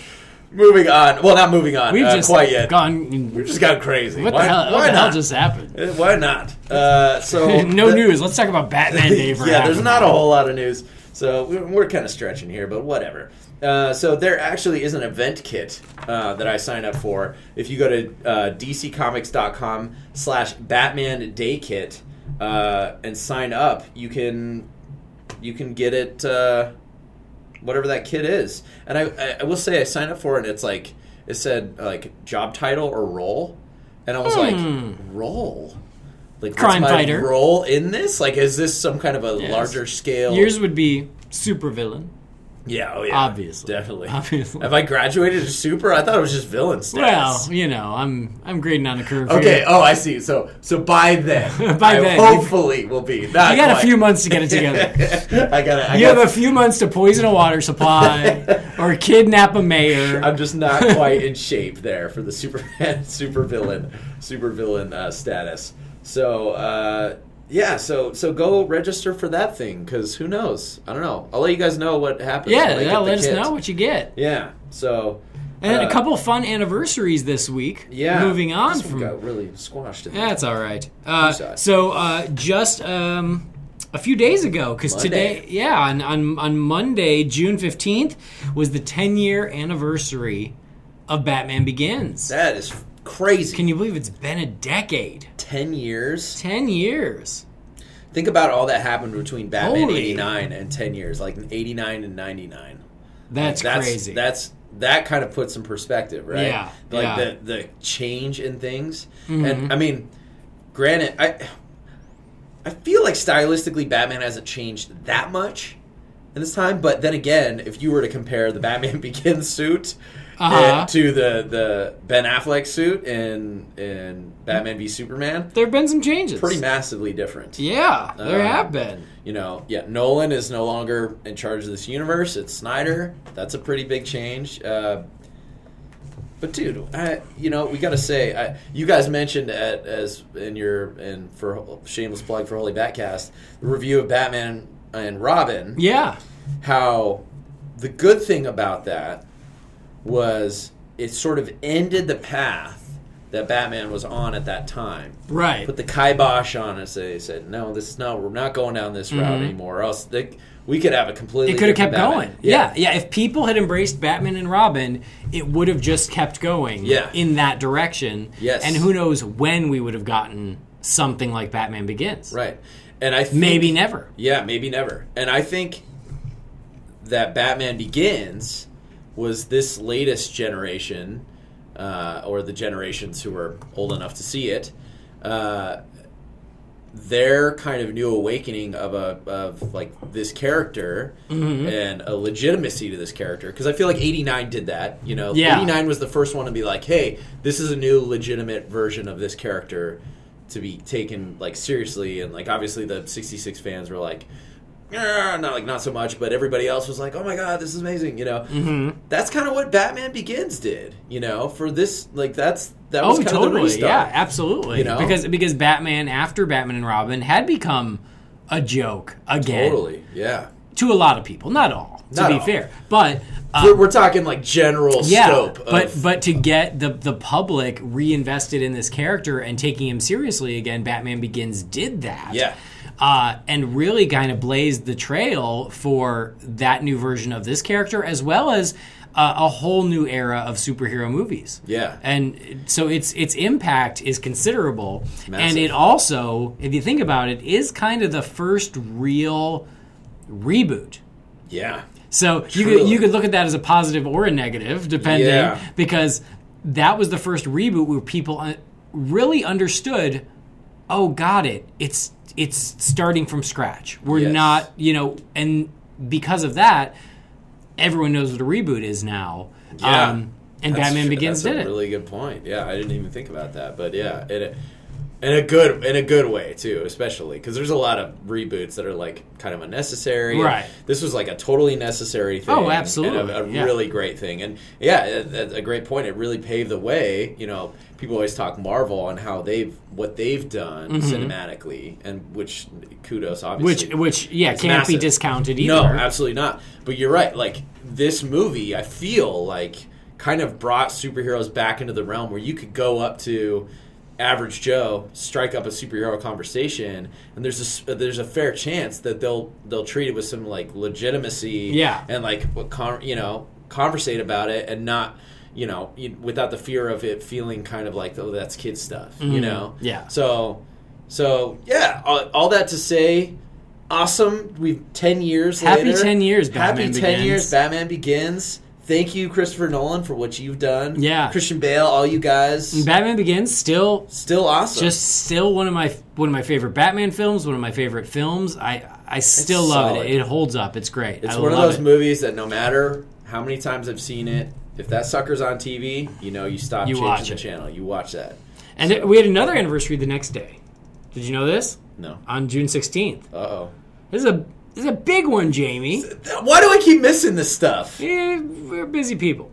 Speaker 2: moving on. Well, not moving on.
Speaker 3: We've
Speaker 2: uh,
Speaker 3: just
Speaker 2: quite yet.
Speaker 3: gone.
Speaker 2: We've just gone crazy.
Speaker 3: what
Speaker 2: why,
Speaker 3: the hell?
Speaker 2: Why
Speaker 3: What the
Speaker 2: not?
Speaker 3: hell just happened?
Speaker 2: Uh, Why not? Uh, so
Speaker 3: no
Speaker 2: the-
Speaker 3: news. Let's talk about Batman Day for
Speaker 2: yeah,
Speaker 3: half
Speaker 2: there's
Speaker 3: an
Speaker 2: not a
Speaker 3: hour.
Speaker 2: whole lot of news, so we're, we're kind of stretching here, but whatever. Uh, so there actually is an event kit uh, that I signed up for. If you go to uh, dccomics.com slash Batman Day Kit uh, and sign up, you can you can get it uh, whatever that kit is. And I, I, I will say I signed up for it. and It's like it said like job title or role, and I was like role. Like what's
Speaker 3: Hmm. Crime
Speaker 2: my
Speaker 3: fighter.
Speaker 2: role in this? Like is this some kind of a larger scale?
Speaker 3: Yours would be supervillain.
Speaker 2: yeah, oh yeah,
Speaker 3: Obviously.
Speaker 2: definitely.
Speaker 3: Obviously.
Speaker 2: Have I graduated to super? I thought it was just villain stats.
Speaker 3: Well, you know, I'm I'm grading on a curve. here.
Speaker 2: Okay. Oh, I see. So, so by then,
Speaker 3: By
Speaker 2: I
Speaker 3: then.
Speaker 2: hopefully, will be. Not
Speaker 3: You got a
Speaker 2: quite.
Speaker 3: few months to get it together.
Speaker 2: I gotta. I
Speaker 3: You have
Speaker 2: gotta
Speaker 3: a few months to poison a water supply or kidnap a mayor.
Speaker 2: I'm just not quite in shape there for the Superman, supervillain, supervillain uh, status. So uh, yeah, so so go register for that thing because who knows? I don't know. I'll let you guys know what happens.
Speaker 3: yeah,
Speaker 2: when I
Speaker 3: yeah,
Speaker 2: get the
Speaker 3: let us
Speaker 2: kit.
Speaker 3: know what you get.
Speaker 2: Yeah. So
Speaker 3: And then
Speaker 2: uh,
Speaker 3: a couple fun anniversaries this week.
Speaker 2: Yeah.
Speaker 3: Moving on
Speaker 2: this one
Speaker 3: from
Speaker 2: got really squashed. didn't it?
Speaker 3: That's all right. Uh,
Speaker 2: sorry.
Speaker 3: so uh, just um, a few days ago, because
Speaker 2: Monday.
Speaker 3: today, yeah, on, on on Monday, June fifteenth, was the ten year anniversary of Batman Begins.
Speaker 2: That is crazy.
Speaker 3: Can you believe it's been a decade?
Speaker 2: Ten years.
Speaker 3: Ten years.
Speaker 2: Think about all that happened between Batman
Speaker 3: Holy.
Speaker 2: '89 and ten years, like '89 and '99.
Speaker 3: That's,
Speaker 2: that's
Speaker 3: crazy.
Speaker 2: That's that kind of puts some perspective, right?
Speaker 3: Yeah,
Speaker 2: like
Speaker 3: yeah. Mm-hmm.
Speaker 2: the the change in things, and I mean, granted, I I feel like stylistically Batman hasn't changed that much in this time, but then again, if you were to compare the Batman Begins suit.
Speaker 3: Uh-huh.
Speaker 2: eh, to the, the Ben Affleck suit in in Batman v Superman,
Speaker 3: there have been some changes.
Speaker 2: pretty massively different.
Speaker 3: Yeah, there
Speaker 2: Um,
Speaker 3: have been.
Speaker 2: You know, yeah, Nolan is no longer in charge of this universe. It's Snyder. That's a pretty big change. Uh, but dude, I, you know, we gotta say, I, you guys mentioned at, as in your and for shameless plug for Holy Batcast, the review of Batman and Robin
Speaker 3: Yeah.
Speaker 2: how the good thing about that was it sort of ended the path that Batman was on at that time.
Speaker 3: Right.
Speaker 2: Put the kibosh on us. They said, "No, this is not. We're not going down this route anymore. Or else they, we could have a completely.
Speaker 3: Mm-hmm. it could have
Speaker 2: different
Speaker 3: kept
Speaker 2: Batman."
Speaker 3: going. Yeah. yeah, If people had embraced Batman and Robin, it would have just kept going
Speaker 2: Yeah.
Speaker 3: in that direction.
Speaker 2: Yes.
Speaker 3: And who knows when we would have gotten something like Batman Begins.
Speaker 2: right. And I think,
Speaker 3: Maybe never.
Speaker 2: yeah, maybe never. And I think that Batman Begins was this latest generation, uh, or the generations who were old enough to see it, uh, their kind of new awakening of a of like this character and a legitimacy to this character. Because I feel like '89 did that. You know,
Speaker 3: Yeah.
Speaker 2: '89 was the first one to be like, "Hey, this is a new legitimate version of this character." To be taken like seriously, and like obviously the '66 fans were like, "Ah, not like not so much, but everybody else was like, "Oh my god, this is amazing!" You know,
Speaker 3: Mm-hmm.
Speaker 2: that's kind of what Batman Begins did. You know, for this like that's that was
Speaker 3: Oh,
Speaker 2: kind of the
Speaker 3: totally.
Speaker 2: restart.
Speaker 3: Yeah, absolutely.
Speaker 2: You know?
Speaker 3: Because because Batman after Batman and Robin had become a joke again
Speaker 2: totally, yeah.
Speaker 3: to a lot of people, not all, to
Speaker 2: Not
Speaker 3: be
Speaker 2: all.
Speaker 3: fair, but uh,
Speaker 2: we're, we're talking like general scope. Of,
Speaker 3: but but to get the the public reinvested in this character and taking him seriously again, Batman Begins did that.
Speaker 2: Yeah.
Speaker 3: Uh, and really kind of blazed the trail for that new version of this character, as well as uh, a whole new era of superhero movies.
Speaker 2: Yeah.
Speaker 3: and so its its impact is considerable,
Speaker 2: Massive.
Speaker 3: and it also, if you think about it, is kind of the first real reboot.
Speaker 2: yeah,
Speaker 3: So you
Speaker 2: Truly.
Speaker 3: could, you could look at that as a positive or a negative, depending,
Speaker 2: Yeah.
Speaker 3: because that was the first reboot where people uh, really understood. Oh, got it. It's it's starting from scratch. We're
Speaker 2: Yes.
Speaker 3: not, you know, and because of that, everyone knows what a reboot is now. Um,
Speaker 2: Yeah.
Speaker 3: and
Speaker 2: That's
Speaker 3: Batman
Speaker 2: tr-
Speaker 3: Begins
Speaker 2: that's
Speaker 3: did
Speaker 2: a
Speaker 3: it.
Speaker 2: Really good point. Yeah, I didn't even think about that, but yeah, it in a good in a good way too, especially because there's a lot of reboots that are like kind of unnecessary.
Speaker 3: Right.
Speaker 2: This was like a totally necessary thing.
Speaker 3: Oh,
Speaker 2: and a-
Speaker 3: absolutely,
Speaker 2: a,
Speaker 3: yeah.
Speaker 2: really great thing, and yeah, it- that's a great point. It really paved the way. You know, people always talk Marvel and how they've what they've done cinematically, and which kudos obviously.
Speaker 3: Mm-hmm. Which, which, yeah, can't be
Speaker 2: massive.
Speaker 3: discounted either.
Speaker 2: No, absolutely not. But you're right. Like this movie, I feel like kind of brought superheroes back into the realm where you could go up to average Joe, strike up a superhero conversation, and there's a s- there's a fair chance that they'll they'll treat it with some like legitimacy,
Speaker 3: Yeah.
Speaker 2: and like what con- you know conversate about it and not. You know, you- without the fear of it feeling kind of like, oh, that's kid stuff. You know,
Speaker 3: Mm-hmm. yeah.
Speaker 2: So, so yeah, all, all that to say, awesome. We've ten years
Speaker 3: Happy
Speaker 2: later.
Speaker 3: 10 years,
Speaker 2: Happy
Speaker 3: Batman
Speaker 2: ten
Speaker 3: Begins.
Speaker 2: years, Batman begins. Thank you, Christopher Nolan, for what you've done.
Speaker 3: Yeah.
Speaker 2: Christian Bale, all you guys,
Speaker 3: Batman Begins still
Speaker 2: still awesome.
Speaker 3: just still one of my one of my favorite Batman films, one of my favorite films. I I still
Speaker 2: It's
Speaker 3: love
Speaker 2: solid.
Speaker 3: it. It holds up. It's great.
Speaker 2: it's
Speaker 3: I
Speaker 2: one of
Speaker 3: love
Speaker 2: those
Speaker 3: it.
Speaker 2: movies that no matter how many times I've seen it, if that sucker's on TV, you know you stop
Speaker 3: You
Speaker 2: changing
Speaker 3: watch
Speaker 2: the
Speaker 3: it.
Speaker 2: channel. You watch that.
Speaker 3: And it- we had another anniversary the next day. Did you know this?
Speaker 2: No.
Speaker 3: On June sixteenth.
Speaker 2: Uh oh.
Speaker 3: This is a this is a big one, Jamie.
Speaker 2: Why do I keep missing this stuff?
Speaker 3: Eh, we're busy people.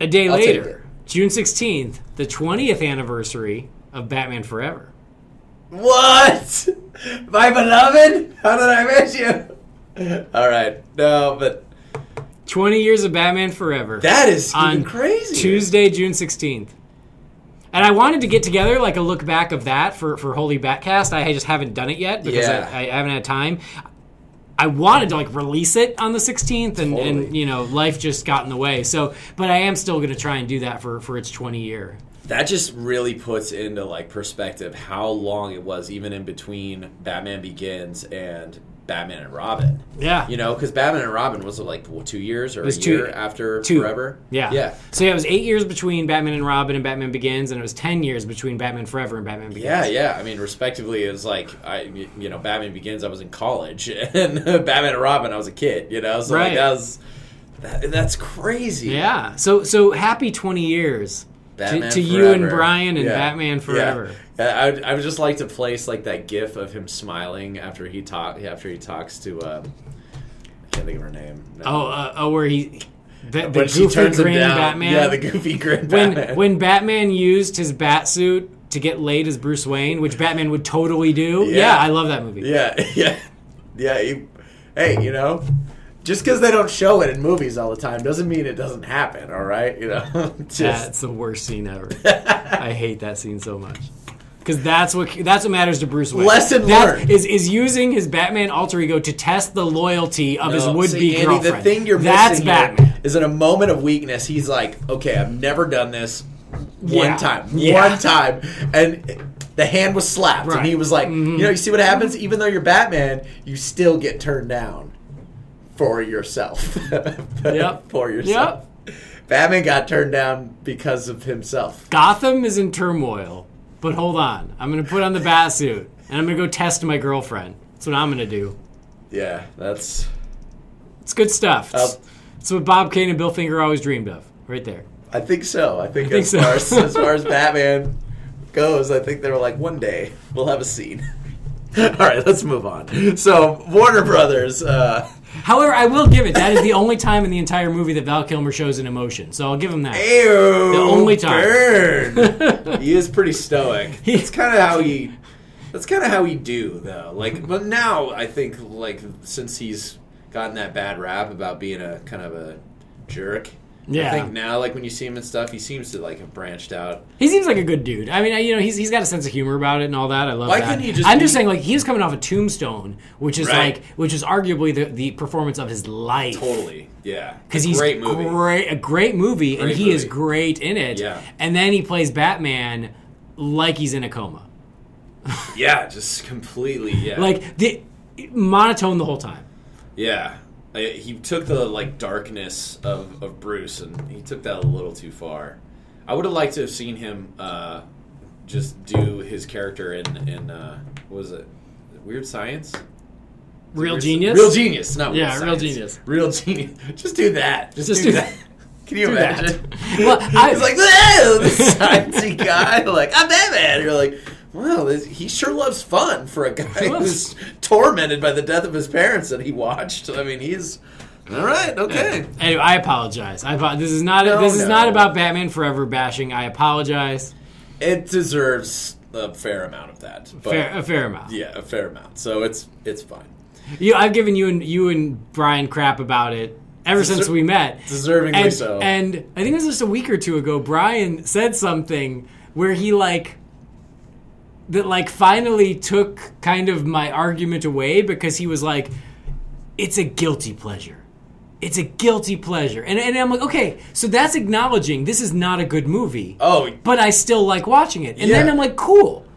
Speaker 3: A day
Speaker 2: I'll take
Speaker 3: later, June 16th, the 20th anniversary of Batman Forever.
Speaker 2: What? My beloved? How did I miss you? All right. No, but
Speaker 3: 20 years of Batman Forever.
Speaker 2: that is
Speaker 3: on
Speaker 2: even crazy.
Speaker 3: Tuesday, June 16th. And I wanted to get together like a look back of that for, for Holy Batcast. I just haven't done it yet because
Speaker 2: Yeah.
Speaker 3: I, I haven't had time. I wanted to like release it on the 16th, and, and
Speaker 2: Totally.
Speaker 3: you know life just got in the way. So, but I am still going to try and do that for for its 20 year.
Speaker 2: That just really puts into like perspective how long it was even in between Batman Begins and Batman and Robin.
Speaker 3: Yeah,
Speaker 2: You know, because Batman and Robin was like what, two years or a
Speaker 3: was two-
Speaker 2: year after
Speaker 3: two.
Speaker 2: Forever.
Speaker 3: Yeah.
Speaker 2: yeah,
Speaker 3: So yeah, it was eight years between Batman and Robin and Batman Begins, and it was ten years between Batman Forever and Batman Begins.
Speaker 2: yeah, yeah. I mean, respectively, it was like I, you know, Batman Begins. I was in college, and Batman and Robin. I was a kid. You know, so
Speaker 3: Right.
Speaker 2: like that was that, that's crazy.
Speaker 3: Yeah. So so happy twenty years to,
Speaker 2: Batman
Speaker 3: to you and
Speaker 2: Forever.
Speaker 3: Brian and
Speaker 2: Yeah.
Speaker 3: Batman Forever.
Speaker 2: Yeah. I, would, I would just like to place like that GIF of him smiling after he talk after he talks to. Uh, I can't think of her name. No.
Speaker 3: Oh, uh, oh, where he the, the
Speaker 2: when
Speaker 3: goofy
Speaker 2: she turns him
Speaker 3: grin
Speaker 2: down.
Speaker 3: Batman.
Speaker 2: Yeah, the goofy grin
Speaker 3: when
Speaker 2: Batman.
Speaker 3: when Batman used his bat suit to get laid as Bruce Wayne, which Batman would totally do. Yeah,
Speaker 2: Yeah.
Speaker 3: I love that movie.
Speaker 2: yeah, yeah, yeah. He, hey, you know, just because they don't show it in movies all the time doesn't mean it doesn't happen. All right, you know, just
Speaker 3: That's the worst scene ever. I hate that scene so much. Because that's what that's what matters to Bruce Wayne.
Speaker 2: Lesson
Speaker 3: That
Speaker 2: learned.
Speaker 3: is is using his Batman alter ego to test the loyalty of his
Speaker 2: No,
Speaker 3: would
Speaker 2: Oh, see,
Speaker 3: be
Speaker 2: Andy,
Speaker 3: girlfriend.
Speaker 2: The thing you're
Speaker 3: that's
Speaker 2: missing here
Speaker 3: Batman.
Speaker 2: is in a moment of weakness, he's like, "Okay, I've never done this one
Speaker 3: Yeah.
Speaker 2: time,
Speaker 3: Yeah.
Speaker 2: one time," and the hand was slapped,
Speaker 3: Right. Mm-hmm.
Speaker 2: and he was like, "You know, you see what happens? Even though you're Batman, you still get turned down for yourself.
Speaker 3: Yep.
Speaker 2: for yourself. Batman got turned down because of himself.
Speaker 3: Gotham is in turmoil, but hold on. I'm gonna put on the bat suit and I'm gonna go test my girlfriend. That's what I'm gonna do.
Speaker 2: Yeah, that's
Speaker 3: It's good stuff. It's,
Speaker 2: Up.
Speaker 3: it's what Bob Kane and Bill Finger always dreamed of. Right there.
Speaker 2: I think so. I think,
Speaker 3: think
Speaker 2: as,
Speaker 3: so.
Speaker 2: far as, as far as Batman goes, I think they were like, one day we'll have a scene. All right, let's move on. So Warner Brothers, uh,
Speaker 3: However, I will give it that is the only time in the entire movie that Val Kilmer shows an emotion. So I'll give him that.
Speaker 2: ew, the
Speaker 3: only time.
Speaker 2: burn. he is pretty stoic.
Speaker 3: He-
Speaker 2: It's kind of how he. That's kind of how he do though. Like, but now I think like since he's gotten that bad rap about being a kind of a jerk.
Speaker 3: Yeah.
Speaker 2: I think now, like when you see him and stuff, he seems to like have branched out.
Speaker 3: He seems like a good dude. I mean, I- you know, he's, he's got a sense of humor about it and all that. I love
Speaker 2: Why
Speaker 3: that.
Speaker 2: couldn't he just
Speaker 3: I'm
Speaker 2: be-
Speaker 3: just saying, like, he was coming off a Tombstone, which is
Speaker 2: Right.
Speaker 3: like, which is arguably the, the performance of his life.
Speaker 2: Totally, yeah.
Speaker 3: Because he's
Speaker 2: great movie.
Speaker 3: great- a great movie, and
Speaker 2: Great
Speaker 3: he is
Speaker 2: movie.
Speaker 3: great in it.
Speaker 2: Yeah.
Speaker 3: And then he plays Batman like he's in a coma,
Speaker 2: Yeah, just completely. Yeah,
Speaker 3: like the monotone the whole time.
Speaker 2: yeah. I- He took the like darkness of, of Bruce, and he took that a little too far. I would have liked to have seen him uh, just do his character in in uh, what was it Weird Science?
Speaker 3: Real
Speaker 2: Weird-
Speaker 3: genius.
Speaker 2: Real genius. Not
Speaker 3: Yeah,
Speaker 2: Weird
Speaker 3: Real
Speaker 2: Science.
Speaker 3: Genius.
Speaker 2: Real genius. Just do that. Just,
Speaker 3: Just
Speaker 2: do,
Speaker 3: do
Speaker 2: that. Can you
Speaker 3: that.
Speaker 2: imagine?
Speaker 3: Well, I,
Speaker 2: He's like, "Whoa, the sciencey guy. Like, I'm Batman. You're like, Well, this- he sure loves fun for a guy
Speaker 3: Sure.
Speaker 2: who's tormented by the death of his parents that he watched. I mean, he's all right. Okay.
Speaker 3: Anyway, I apologize. I apo- this is not
Speaker 2: No,
Speaker 3: this is
Speaker 2: no.
Speaker 3: not about Batman Forever bashing. I apologize.
Speaker 2: It deserves a fair amount of that. But
Speaker 3: Fair, a fair amount.
Speaker 2: Yeah, a fair amount. So it's it's fine.
Speaker 3: You, I've given you and you and Brian crap about it ever since we met.
Speaker 2: Deservingly
Speaker 3: and,
Speaker 2: so.
Speaker 3: and I think it was just a week or two ago, Brian said something where he like that like finally took kind of my argument away because he was like, It's a guilty pleasure. It's a guilty pleasure. And and I'm like, okay, so that's acknowledging this is not a good movie.
Speaker 2: oh,
Speaker 3: But I still like watching it. And then
Speaker 2: Yeah.
Speaker 3: I'm like, cool,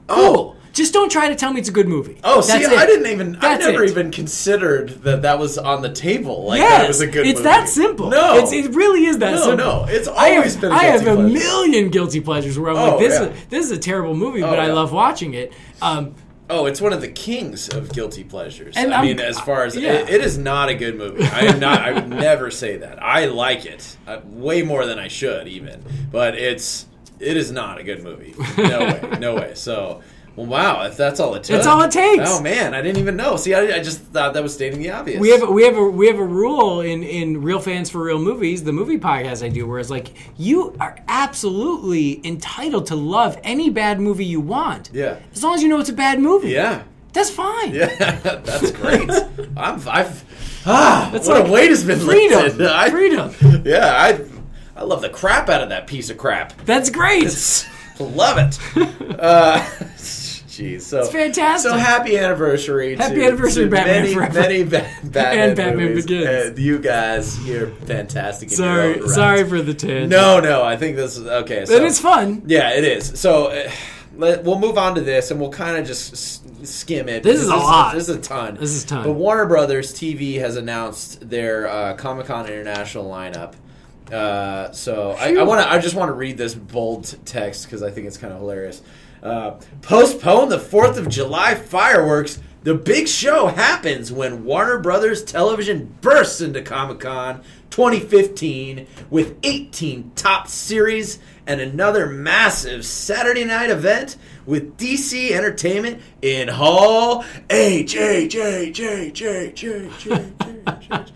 Speaker 2: Oh.
Speaker 3: cool. Just don't try to tell me it's a good movie.
Speaker 2: oh. See,
Speaker 3: That's
Speaker 2: I
Speaker 3: it.
Speaker 2: didn't even.
Speaker 3: That's
Speaker 2: I never
Speaker 3: it.
Speaker 2: even considered that that was on the table. Like
Speaker 3: Yes,
Speaker 2: that it was a good.
Speaker 3: it's
Speaker 2: movie.
Speaker 3: that simple.
Speaker 2: No,
Speaker 3: it's, it really is that
Speaker 2: no,
Speaker 3: simple.
Speaker 2: no. It's
Speaker 3: I have,
Speaker 2: always been. A
Speaker 3: I have
Speaker 2: guilty
Speaker 3: a
Speaker 2: pleasure.
Speaker 3: million guilty pleasures where I'm
Speaker 2: Oh,
Speaker 3: like, this,
Speaker 2: yeah. Oh,
Speaker 3: is, this is a terrible movie, but I
Speaker 2: yeah.
Speaker 3: love watching it. Um,
Speaker 2: Oh, it's one of the kings of guilty pleasures.
Speaker 3: And
Speaker 2: I
Speaker 3: I'm-
Speaker 2: mean, as far as
Speaker 3: yeah.
Speaker 2: it, it is not a good movie. I am not. I would never say that. I like it uh, way more than I should, even. But it's it is not a good movie. No way. No way. So. Well, wow, if that's all it takes.
Speaker 3: That's all it takes.
Speaker 2: Oh, man, I didn't even know. See, I, I just thought that was stating the obvious.
Speaker 3: we have we have a we have a rule in in real fans for real movies, the movie podcast I do, where it's like you are absolutely entitled to love any bad movie you want.
Speaker 2: Yeah.
Speaker 3: as long as you know it's a bad movie.
Speaker 2: Yeah.
Speaker 3: that's fine.
Speaker 2: that's great. I'm, I've, ah, what
Speaker 3: like
Speaker 2: a weight has been
Speaker 3: freedom,
Speaker 2: lifted. I-
Speaker 3: freedom.
Speaker 2: Yeah, I, I love the crap out of that piece of crap.
Speaker 3: That's great.
Speaker 2: Love it. Uh, jeez, so it's
Speaker 3: fantastic.
Speaker 2: So happy anniversary!
Speaker 3: Happy
Speaker 2: to,
Speaker 3: anniversary,
Speaker 2: to
Speaker 3: Batman
Speaker 2: many,
Speaker 3: Forever.
Speaker 2: many ba- Batman
Speaker 3: And Batman
Speaker 2: movies.
Speaker 3: Begins.
Speaker 2: And you guys, you're fantastic. in your own
Speaker 3: sorry,
Speaker 2: right.
Speaker 3: sorry for the tangent.
Speaker 2: No, no, I think this is okay. So
Speaker 3: but it's fun.
Speaker 2: Yeah, it is. So uh, let, we'll move on to this, and we'll kind of just s- skim it.
Speaker 3: This is a lot.
Speaker 2: This is a ton.
Speaker 3: This is a ton.
Speaker 2: But Warner Brothers TV has announced their uh, Comic Con International lineup. Uh, so I, I want to. I just want to read this bold text because I think it's kind of hilarious. Uh, postpone the Fourth of July fireworks. The big show happens when Warner Brothers Television bursts into Comic Con 2015 with 18 top series and another massive Saturday night event with DC Entertainment in Hall H H H H H H H H like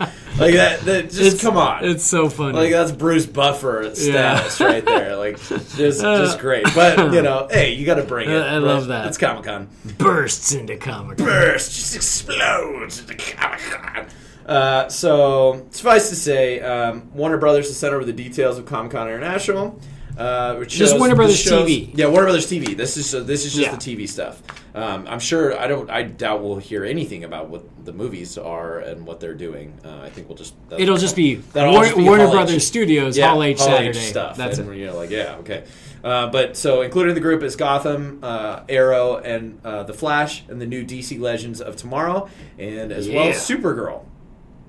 Speaker 2: that. that just
Speaker 3: It's-
Speaker 2: come on.
Speaker 3: It's so funny.
Speaker 2: Like that's Bruce Buffer status right there. Like just just great. But you know, hey, you got to bring it.
Speaker 3: I- I love that.
Speaker 2: It's Comic Con.
Speaker 3: bursts into comic.
Speaker 2: Burst just explodes into Comic Con. Uh, so suffice to say, um, Warner Brothers is sent over the details of Comic Con International. Uh, which
Speaker 3: Just
Speaker 2: shows-
Speaker 3: Warner
Speaker 2: this
Speaker 3: Brothers
Speaker 2: shows-
Speaker 3: TV.
Speaker 2: Yeah, Warner Brothers TV. This is uh, this is just
Speaker 3: Yeah.
Speaker 2: the TV stuff. Um, I'm sure I don't. I doubt we'll hear anything about what the movies are and what they're doing. Uh, I think we'll just that's-
Speaker 3: It'll just be
Speaker 2: That'll
Speaker 3: Warner,
Speaker 2: just be
Speaker 3: Warner
Speaker 2: Hall H.
Speaker 3: Brothers Studios, Hall H Saturday.
Speaker 2: stuff.
Speaker 3: That's
Speaker 2: and
Speaker 3: it.
Speaker 2: You're like, yeah, okay. Uh, but so included in the group is Gotham, uh, Arrow, and uh, the Flash, and the new DC Legends of Tomorrow, and as well
Speaker 3: Yeah.
Speaker 2: as Supergirl.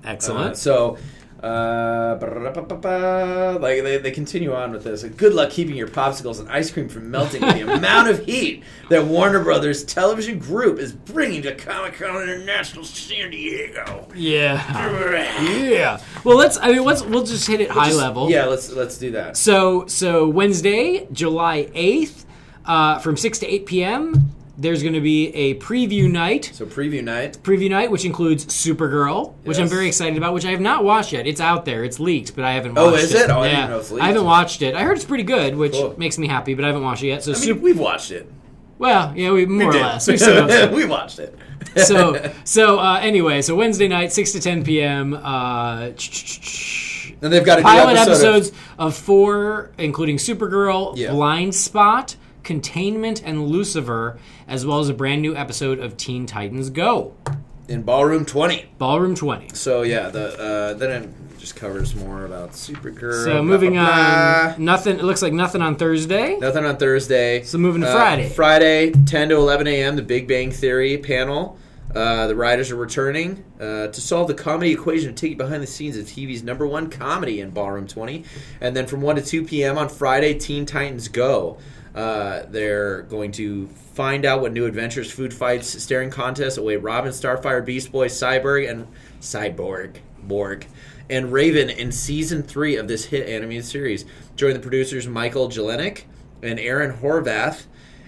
Speaker 2: Uh,
Speaker 3: Excellent.
Speaker 2: so. Uh, ba-da-da-ba-ba, like they, they continue on with this. Good luck keeping your popsicles and ice cream from melting with the amount of heat that Warner Brothers Television Group is bringing to Comic Con International San Diego.
Speaker 3: yeah. Yeah. Well, let's. I mean, let's. We'll just hit it high level.
Speaker 2: Yeah, let's let's do that.
Speaker 3: So, so Wednesday, July eighth, uh, from six to eight p.m. There's going to be a preview night.
Speaker 2: So preview night.
Speaker 3: Preview night, which includes Supergirl, which I'm
Speaker 2: Yes.
Speaker 3: very excited about, which I have not watched yet. It's out there, it's leaked, but I haven't watched
Speaker 2: Oh,
Speaker 3: it.
Speaker 2: is it? Oh, I didn't know it's leaked.
Speaker 3: I haven't watched it. I heard it's pretty good, which
Speaker 2: Cool.
Speaker 3: makes me happy, but I haven't watched it yet. So,
Speaker 2: I
Speaker 3: Sup-
Speaker 2: mean, we've watched it.
Speaker 3: well, yeah, we more or
Speaker 2: Did.
Speaker 3: less. We still know
Speaker 2: we watched it.
Speaker 3: so so uh, anyway, so Wednesday night, six to ten p.m. Uh, ch- ch- ch-
Speaker 2: Then they've got a new
Speaker 3: pilot
Speaker 2: episode of-
Speaker 3: episodes of four, including Supergirl,
Speaker 2: Yeah.
Speaker 3: Blind Spot, Containment, and Lucifer, as well as a brand new episode of Teen Titans Go,
Speaker 2: in Ballroom 20.
Speaker 3: Ballroom Twenty.
Speaker 2: So yeah, the uh, then it just covers more about Supergirl.
Speaker 3: So
Speaker 2: blah,
Speaker 3: moving
Speaker 2: blah, blah.
Speaker 3: on, nothing. It looks like nothing on Thursday.
Speaker 2: Nothing on Thursday. Uh,
Speaker 3: So moving to Friday.
Speaker 2: Friday, 10 to 11 a.m. The Big Bang Theory panel. Uh, the writers are returning uh, to solve the comedy equation and take you behind the scenes of TV's number one comedy in Ballroom 20. And then from 1 to 2 p.m. on Friday, Teen Titans Go. Uh, they're going to find out what new adventures, food fights, staring contests await Robin, Starfire, Beast Boy, Cyborg, and Cyborg, Borg, and Raven in season three of this hit animated series. Join the producers Michael Jelenic and Aaron Horvath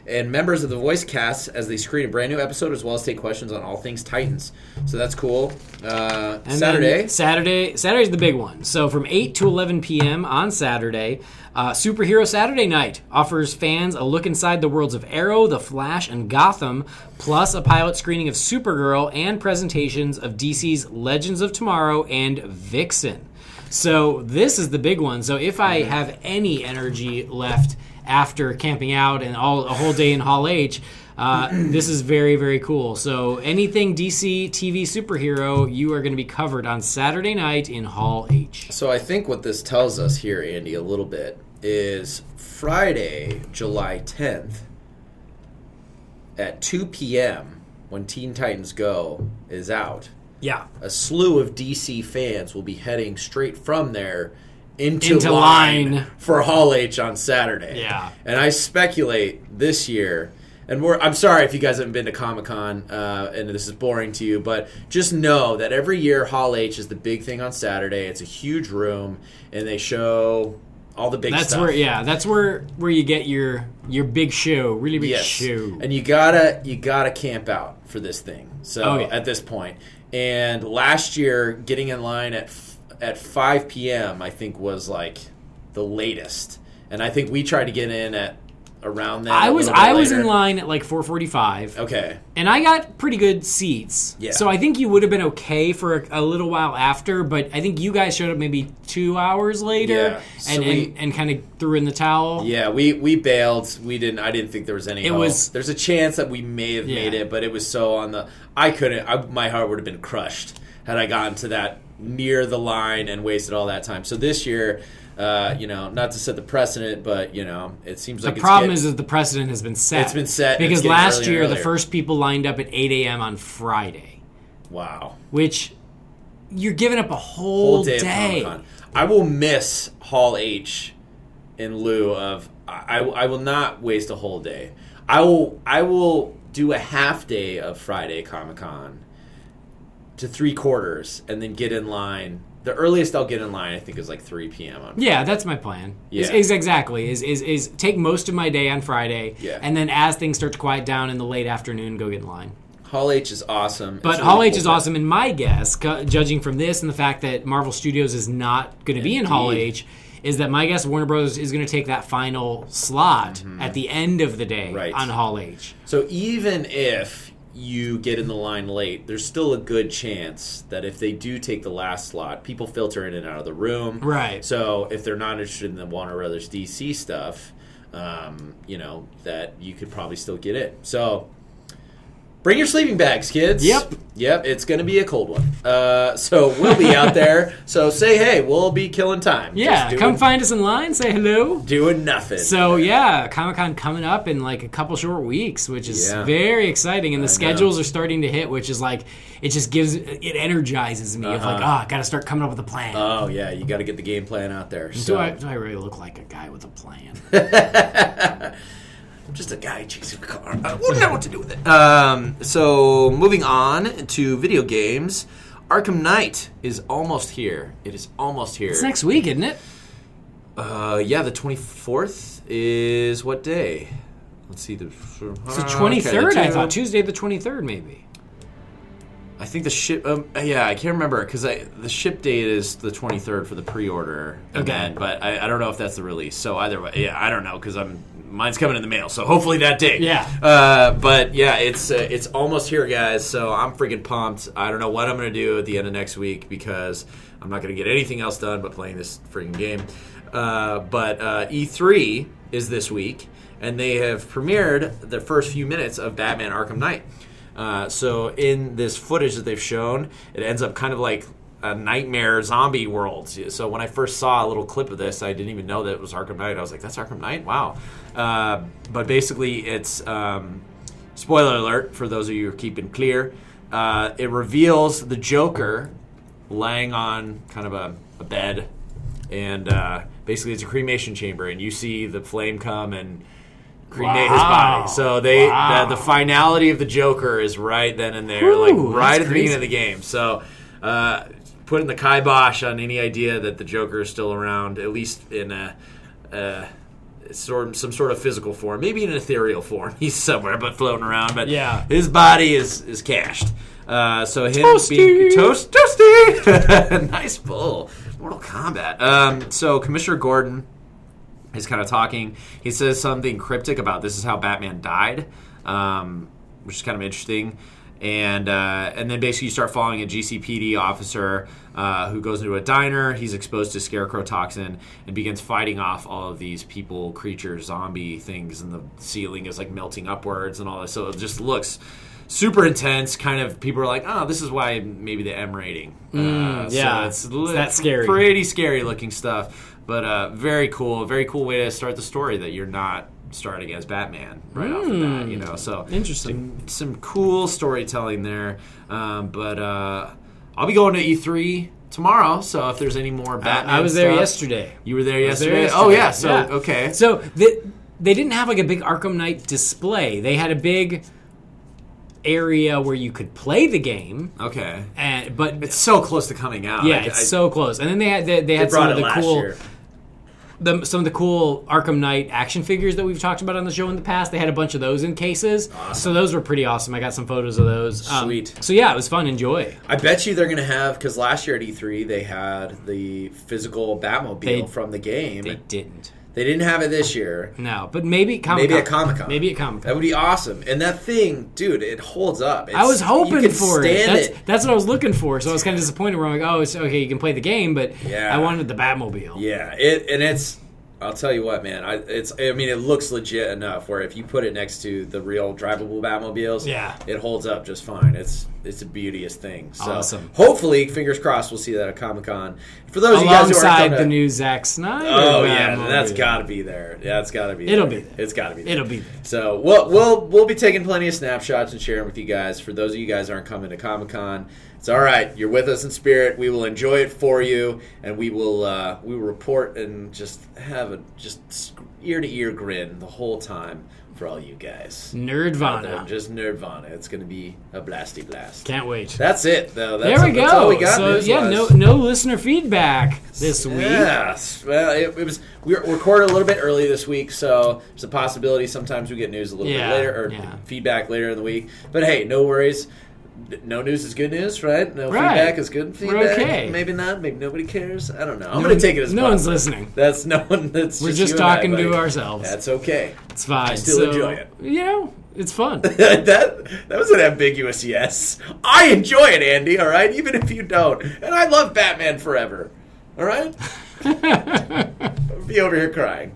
Speaker 2: and members of the voice cast as they screen a brand new episode as well as take questions on all things Titans. So that's cool. Uh,
Speaker 3: And
Speaker 2: Saturday.
Speaker 3: then Saturday. Saturday's the big one. So from 8 to 11 p.m. on Saturday, uh, Superhero Saturday Night offers fans a look inside the worlds of Arrow, The Flash, and Gotham, plus a pilot screening of Supergirl and presentations of DC's Legends of Tomorrow and Vixen. So this is the big one. So if I have any energy left after camping out and all a whole day in Hall H, uh, this is very very cool. So anything DC TV superhero, you are going to be covered on Saturday night in Hall H.
Speaker 2: So I think what this tells us here, Andy, a little bit is Friday, July 10th at 2 p.m. when Teen Titans Go is out.
Speaker 3: Yeah,
Speaker 2: A slew of DC fans will be heading straight from there into,
Speaker 3: Into
Speaker 2: line,
Speaker 3: line.
Speaker 2: for Hall H on Saturday.
Speaker 3: Yeah.
Speaker 2: and I speculate this year. And we're, I'm sorry if you guys haven't been to Comic Con uh, and this is boring to you, but just know that every year Hall H is the big thing on Saturday. It's a huge room, and they show all the big
Speaker 3: that's
Speaker 2: stuff.
Speaker 3: where yeah that's where where you get your your big show, really big
Speaker 2: Yes.
Speaker 3: show.
Speaker 2: And you gotta you gotta camp out for this thing. So
Speaker 3: Oh, yeah.
Speaker 2: at this point, and last year getting in line at f- at 5 p.m. I think was like the latest, and I think we tried to get in at around that.
Speaker 3: I was I was in line at like 4:45.
Speaker 2: Okay.
Speaker 3: and I got pretty good seats.
Speaker 2: Yeah.
Speaker 3: So I think you would have been okay for a, a little while after, but I think you guys showed up maybe two hours later
Speaker 2: Yeah.
Speaker 3: and,
Speaker 2: So we-
Speaker 3: and, and kind of threw in the towel.
Speaker 2: Yeah, we we bailed. We didn't. I didn't think there was any.
Speaker 3: It
Speaker 2: hope.
Speaker 3: was-
Speaker 2: There's a chance that we may have made
Speaker 3: Yeah.
Speaker 2: it, but it was so on the. I couldn't. I, my heart would have been crushed had I gotten to that near the line and wasted all that time. So this year, uh, you know, not to set the precedent, but you know, it seems
Speaker 3: The
Speaker 2: like
Speaker 3: problem
Speaker 2: it's
Speaker 3: is that the precedent has been set.
Speaker 2: It's been set, and it's
Speaker 3: Because
Speaker 2: getting
Speaker 3: last
Speaker 2: earlier and
Speaker 3: year, the
Speaker 2: earlier.
Speaker 3: first people lined up at 8 a.m. on Friday,
Speaker 2: is wow
Speaker 3: which you're giving up a whole,
Speaker 2: whole day. of Comic-Con. I will miss Hall H in lieu of. I, I will not waste a whole day. I will I will do a half day of Friday Comic Con to three quarters, and then get in line. The earliest I'll get in line, I think, is like three p.m. on.
Speaker 3: Yeah, that's my plan. Is,
Speaker 2: Yeah.
Speaker 3: is exactly is, is is take most of my day on Friday,
Speaker 2: Yeah.
Speaker 3: and then as things start to quiet down in the late afternoon, go get in line.
Speaker 2: Hall H is awesome.
Speaker 3: But Hall H is awesome in my guess, cu- judging from this and the fact that Marvel Studios is not going to be in Hall
Speaker 2: Indeed.
Speaker 3: H, is that my guess Warner Bros. is going to take that final slot at the end of the day
Speaker 2: Mm-hmm. Right.
Speaker 3: on Hall H.
Speaker 2: So even if you get in the line late, there's still a good chance that if they do take the last slot, people filter in and out of the room.
Speaker 3: Right.
Speaker 2: So if they're not interested in the Warner Brothers DC stuff, um, you know that you could probably still get it. So bring your sleeping bags, kids.
Speaker 3: Yep.
Speaker 2: Yep. It's going to be a cold one. Uh, so we'll be out there. So say hey, we'll be killing time. Just
Speaker 3: Yeah,
Speaker 2: doing,
Speaker 3: come find us in line, say hello.
Speaker 2: doing nothing.
Speaker 3: So yeah, Comic Con coming up in like a couple short weeks, which is
Speaker 2: Yeah.
Speaker 3: very exciting, and the schedules are starting to hit, which is like it just gives it energizes me of like
Speaker 2: Uh-huh.
Speaker 3: ah, gotta start coming up with a plan.
Speaker 2: Oh yeah, you got to get the game plan out there. So
Speaker 3: do I do I really look like a guy with a plan?
Speaker 2: just a guy chasing a car. I wouldn't know what to do with it. Um, so moving on to video games, Arkham Knight is almost here. It is almost here.
Speaker 3: it's next week, isn't it?
Speaker 2: Uh, yeah, the twenty fourth is what day? Let's see. The it's
Speaker 3: It's the 23rd, I thought. Tuesday the 23rd, maybe.
Speaker 2: I think the ship. Um, yeah, I can't remember because the ship date is the twenty third for the pre order event, but I, I don't know if that's the release. So either way, yeah, I don't know because I'm mine's coming in the mail, so hopefully that day.
Speaker 3: Yeah.
Speaker 2: Uh, but yeah, it's uh, it's almost here, guys. So I'm freaking pumped. I don't know what I'm gonna do at the end of next week because I'm not gonna get anything else done but playing this freaking game. Uh, but uh, E3 is this week, and they have premiered the first few minutes of Batman: Arkham Knight. Uh, so in this footage that they've shown, it ends up kind of like a nightmare zombie world. So when I first saw a little clip of this, I didn't even know that it was Arkham Knight. I was like, "That's Arkham Knight! Wow!" Uh, but basically, it's um, spoiler alert for those of you who are keeping clear. Uh, it reveals the Joker laying on kind of a, a bed, and uh, basically it's a cremation chamber, and you see the flame come and cremate his
Speaker 3: Wow.
Speaker 2: body. So they
Speaker 3: Wow.
Speaker 2: the, the finality of the Joker is right then and there,
Speaker 3: Whew,
Speaker 2: like right
Speaker 3: that's
Speaker 2: at the beginning of the game. So uh, putting the kibosh on any idea that the Joker is still around, at least in a. Uh, sort some sort of physical form, maybe an ethereal form. He's somewhere, but floating around. But
Speaker 3: Yeah.
Speaker 2: his body is is cashed. Uh, so him
Speaker 3: Toasty.
Speaker 2: being toast toasty, nice pull, Mortal Kombat. Um, so Commissioner Gordon is kind of talking. He says something cryptic about this is how Batman died, um, which is kind of interesting. And uh, and then basically you start following a GCPD officer uh, who goes into a diner. He's exposed to scarecrow toxin and begins fighting off all of these people, creatures, zombie things, and the ceiling is like melting upwards and all this. So it just looks super intense. Kind of people are like, oh, this is why maybe the M rating. uh, so
Speaker 3: Mm, yeah.
Speaker 2: it's,
Speaker 3: It's
Speaker 2: li-
Speaker 3: that scary.
Speaker 2: pretty pretty scary looking stuff, but uh, very cool. Very cool way to start the story that you're not starting as Batman right off the bat. You know, so
Speaker 3: Hmm. Interesting.
Speaker 2: Some, some cool storytelling there. Um, but uh, I'll be going to E3 tomorrow, so if there's any more Batman,
Speaker 3: I was there
Speaker 2: stuff-
Speaker 3: yesterday.
Speaker 2: You were there
Speaker 3: was
Speaker 2: yesterday.
Speaker 3: there
Speaker 2: Oh
Speaker 3: yesterday.
Speaker 2: yeah. So okay.
Speaker 3: So the, they didn't have like a big Arkham Knight display. They had a big area where you could play the game,
Speaker 2: okay.
Speaker 3: and but
Speaker 2: It's so close to coming out.
Speaker 3: yeah,
Speaker 2: I-
Speaker 3: it's
Speaker 2: I-
Speaker 3: so close. And then they had they, they had some of the cool
Speaker 2: year.
Speaker 3: the, some of the cool Arkham Knight action figures that we've talked about on the show in the past. They had a bunch of those in cases, so those were pretty awesome. I got some photos of those. Um,
Speaker 2: Sweet.
Speaker 3: So yeah, it was fun. Enjoy.
Speaker 2: I bet you they're going to have because last year at E3 they had the physical Batmobile
Speaker 3: They-
Speaker 2: from the game.
Speaker 3: They didn't.
Speaker 2: They didn't have it this year.
Speaker 3: No, but maybe Comic
Speaker 2: Maybe at Comic-Con.
Speaker 3: Maybe at Comic Con.
Speaker 2: That would be awesome. And that thing, dude, it holds up. It's-
Speaker 3: I was hoping
Speaker 2: you can
Speaker 3: for it.
Speaker 2: stand
Speaker 3: That's, that's what I was looking for. So I was kind of disappointed. Where I'm like, oh, it's okay. You can play the game, but
Speaker 2: Yeah.
Speaker 3: I wanted the Batmobile.
Speaker 2: Yeah, it and it's. I'll tell you what, man. I it's. I mean, it looks legit enough where if you put it next to the real drivable Batmobiles,
Speaker 3: Yeah.
Speaker 2: it holds up just fine. It's it's a beauteous thing. So
Speaker 3: Awesome.
Speaker 2: Hopefully, fingers crossed, we'll see that at Comic Con. For those of you guys who aren't
Speaker 3: Alongside
Speaker 2: gonna-
Speaker 3: the new Zack Snyder.
Speaker 2: Oh yeah,
Speaker 3: Batmobile.
Speaker 2: that's got to be there. Yeah, it's got to be.
Speaker 3: It'll
Speaker 2: there.
Speaker 3: be there.
Speaker 2: It's got to be. There.
Speaker 3: It'll be there.
Speaker 2: So we'll we'll we'll be taking plenty of snapshots and sharing with you guys. For those of you guys who aren't coming to Comic Con, it's all right. You're with us in spirit. We will enjoy it for you, and we will uh, we will report and just have a just ear to ear grin the whole time for all you guys.
Speaker 3: Nerdvana.
Speaker 2: Just Nirvana. It's going to be a blasty blast.
Speaker 3: Can't wait.
Speaker 2: That's it though. That's,
Speaker 3: there we go.
Speaker 2: That's all we got.
Speaker 3: so yeah, no
Speaker 2: news-wise.
Speaker 3: no listener feedback this week.
Speaker 2: Yes. Well, it, it was we recorded a little bit early this week, so there's a possibility sometimes we get news a little
Speaker 3: Yeah,
Speaker 2: bit later or
Speaker 3: yeah.
Speaker 2: feedback later in the week. But hey, no worries. No news is good news, right? No
Speaker 3: Right.
Speaker 2: feedback is good feedback.
Speaker 3: okay.
Speaker 2: Maybe not. Maybe nobody cares. I don't know. I'm
Speaker 3: No
Speaker 2: gonna
Speaker 3: one-
Speaker 2: take it as
Speaker 3: no
Speaker 2: positive.
Speaker 3: one's listening.
Speaker 2: That's no one. That's
Speaker 3: We're
Speaker 2: just,
Speaker 3: just
Speaker 2: you and I,
Speaker 3: talking to
Speaker 2: buddy.
Speaker 3: ourselves.
Speaker 2: That's okay.
Speaker 3: It's fine.
Speaker 2: still
Speaker 3: so,
Speaker 2: enjoy it.
Speaker 3: You know, it's fun.
Speaker 2: that that was an ambiguous yes. I enjoy it, Andy. All right, even if you don't, and I love Batman Forever. All right, be over here crying.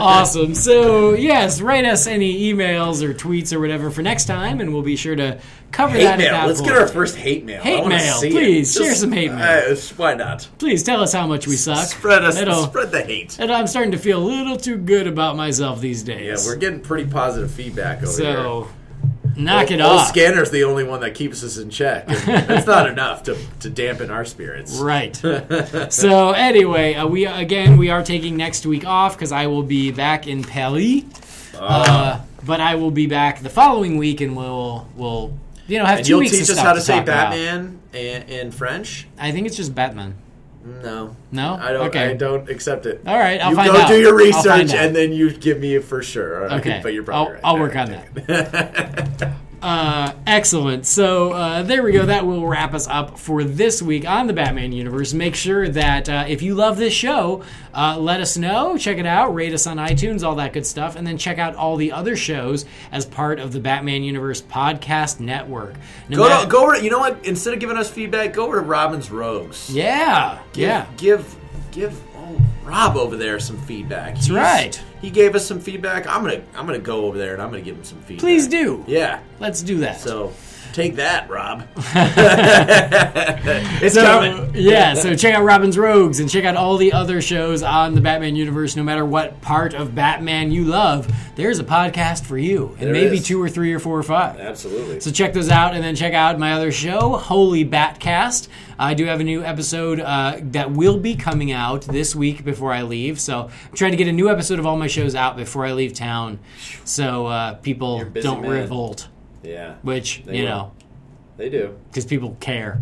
Speaker 3: awesome. So yes, write us any emails or tweets or whatever for next time, and we'll be sure to cover
Speaker 2: Hate
Speaker 3: that. at
Speaker 2: mail.
Speaker 3: that
Speaker 2: Let's
Speaker 3: point.
Speaker 2: get our first hate mail. I
Speaker 3: Hate
Speaker 2: wanna
Speaker 3: mail,
Speaker 2: see it.
Speaker 3: please. Share some hate mail.
Speaker 2: uh, why not?
Speaker 3: Please tell us how much we suck.
Speaker 2: Spread us.
Speaker 3: It'll-
Speaker 2: Spread the hate.
Speaker 3: And I'm starting to feel a little too good about myself these
Speaker 2: Yeah,
Speaker 3: days.
Speaker 2: we're getting pretty positive feedback over here.
Speaker 3: so knock it
Speaker 2: Old
Speaker 3: off.
Speaker 2: Scanner's the only one that keeps us in check. and That's not enough to, to dampen our spirits.
Speaker 3: Right. so anyway, uh, we again we are taking next week off because I will be back in Pali,
Speaker 2: Ah.
Speaker 3: uh, but I will be back the following week, and we'll we'll you know have
Speaker 2: And
Speaker 3: two
Speaker 2: you'll
Speaker 3: weeks. of
Speaker 2: teach us
Speaker 3: stuff
Speaker 2: how to say
Speaker 3: talk about.
Speaker 2: Batman in, in French?
Speaker 3: I think it's just Batman.
Speaker 2: No.
Speaker 3: No?
Speaker 2: I don't.
Speaker 3: Okay.
Speaker 2: I don't accept it.
Speaker 3: All right, I'll
Speaker 2: you
Speaker 3: find
Speaker 2: go
Speaker 3: out.
Speaker 2: do your
Speaker 3: I'll find
Speaker 2: research
Speaker 3: out.
Speaker 2: and then you give me it for sure. all right?
Speaker 3: Okay,
Speaker 2: But you're probably
Speaker 3: I'll,
Speaker 2: right.
Speaker 3: I'll work on that. uh, excellent. So uh, there we go. That will wrap us up for this week on the Batman universe. Make sure that uh, if you love this show, uh, let us know. Check it out. Rate us on iTunes, all that good stuff, and then check out all the other shows as part of the Batman Universe podcast network. No
Speaker 2: Go,
Speaker 3: matter-
Speaker 2: to, go over. You know what? Instead of giving us feedback, go over to Robin's Rogues.
Speaker 3: Yeah, yeah.
Speaker 2: Give give old Rob over there some feedback. That's
Speaker 3: right.
Speaker 2: He gave us some feedback. I'm gonna I'm gonna go over there and I'm gonna give him some feedback.
Speaker 3: Please do.
Speaker 2: Yeah.
Speaker 3: Let's do that.
Speaker 2: So take that, Rob. it's
Speaker 3: So,
Speaker 2: coming.
Speaker 3: yeah, so check out Robin's Rogues and check out all the other shows on the Batman universe. No matter what part of Batman you love, there's a podcast for you, and
Speaker 2: There
Speaker 3: maybe
Speaker 2: is.
Speaker 3: two or three or four or five.
Speaker 2: Absolutely.
Speaker 3: So check those out, and then check out my other show, Holy Batcast. I do have a new episode uh, that will be coming out this week before I leave. So I'm trying to get a new episode of all my shows out before I leave town, so uh, people
Speaker 2: busy
Speaker 3: don't
Speaker 2: man.
Speaker 3: revolt,
Speaker 2: yeah.
Speaker 3: which
Speaker 2: They
Speaker 3: you
Speaker 2: will.
Speaker 3: know,
Speaker 2: They do.
Speaker 3: because people care.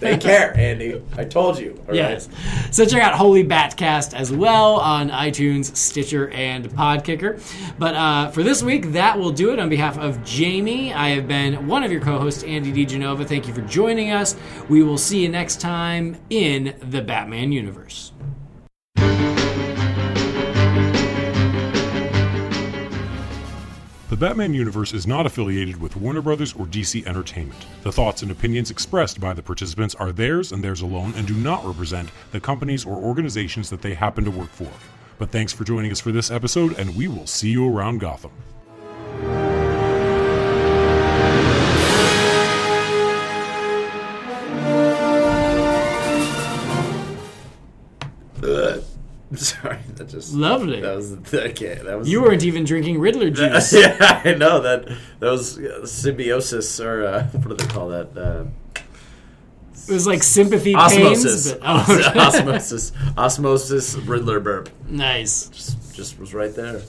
Speaker 2: they care, Andy. I told you. all
Speaker 3: Yes.
Speaker 2: right?
Speaker 3: So check out Holy Batcast as well on iTunes, Stitcher, and Podkicker. But uh, for this week, that will do it. On behalf of Jamie, I have been one of your co-hosts, Andy DeGenova. Thank you for joining us. We will see you next time in the Batman universe.
Speaker 1: The Batman universe is not affiliated with Warner Brothers or DC Entertainment. The thoughts and opinions expressed by the participants are theirs and theirs alone and do not represent the companies or organizations that they happen to work for. But thanks for joining us for this episode, and we will see you around Gotham.
Speaker 2: Ugh. Sorry, that just
Speaker 3: Lovely.
Speaker 2: that was okay. That was
Speaker 3: You weren't even drinking Riddler juice.
Speaker 2: yeah, I know that. That was uh, symbiosis, or uh, what do they call that? Uh,
Speaker 3: It was like sympathy
Speaker 2: osmosis.
Speaker 3: pains. But, oh,
Speaker 2: osmosis. Osmosis. Riddler burp.
Speaker 3: nice.
Speaker 2: Just, just was right there.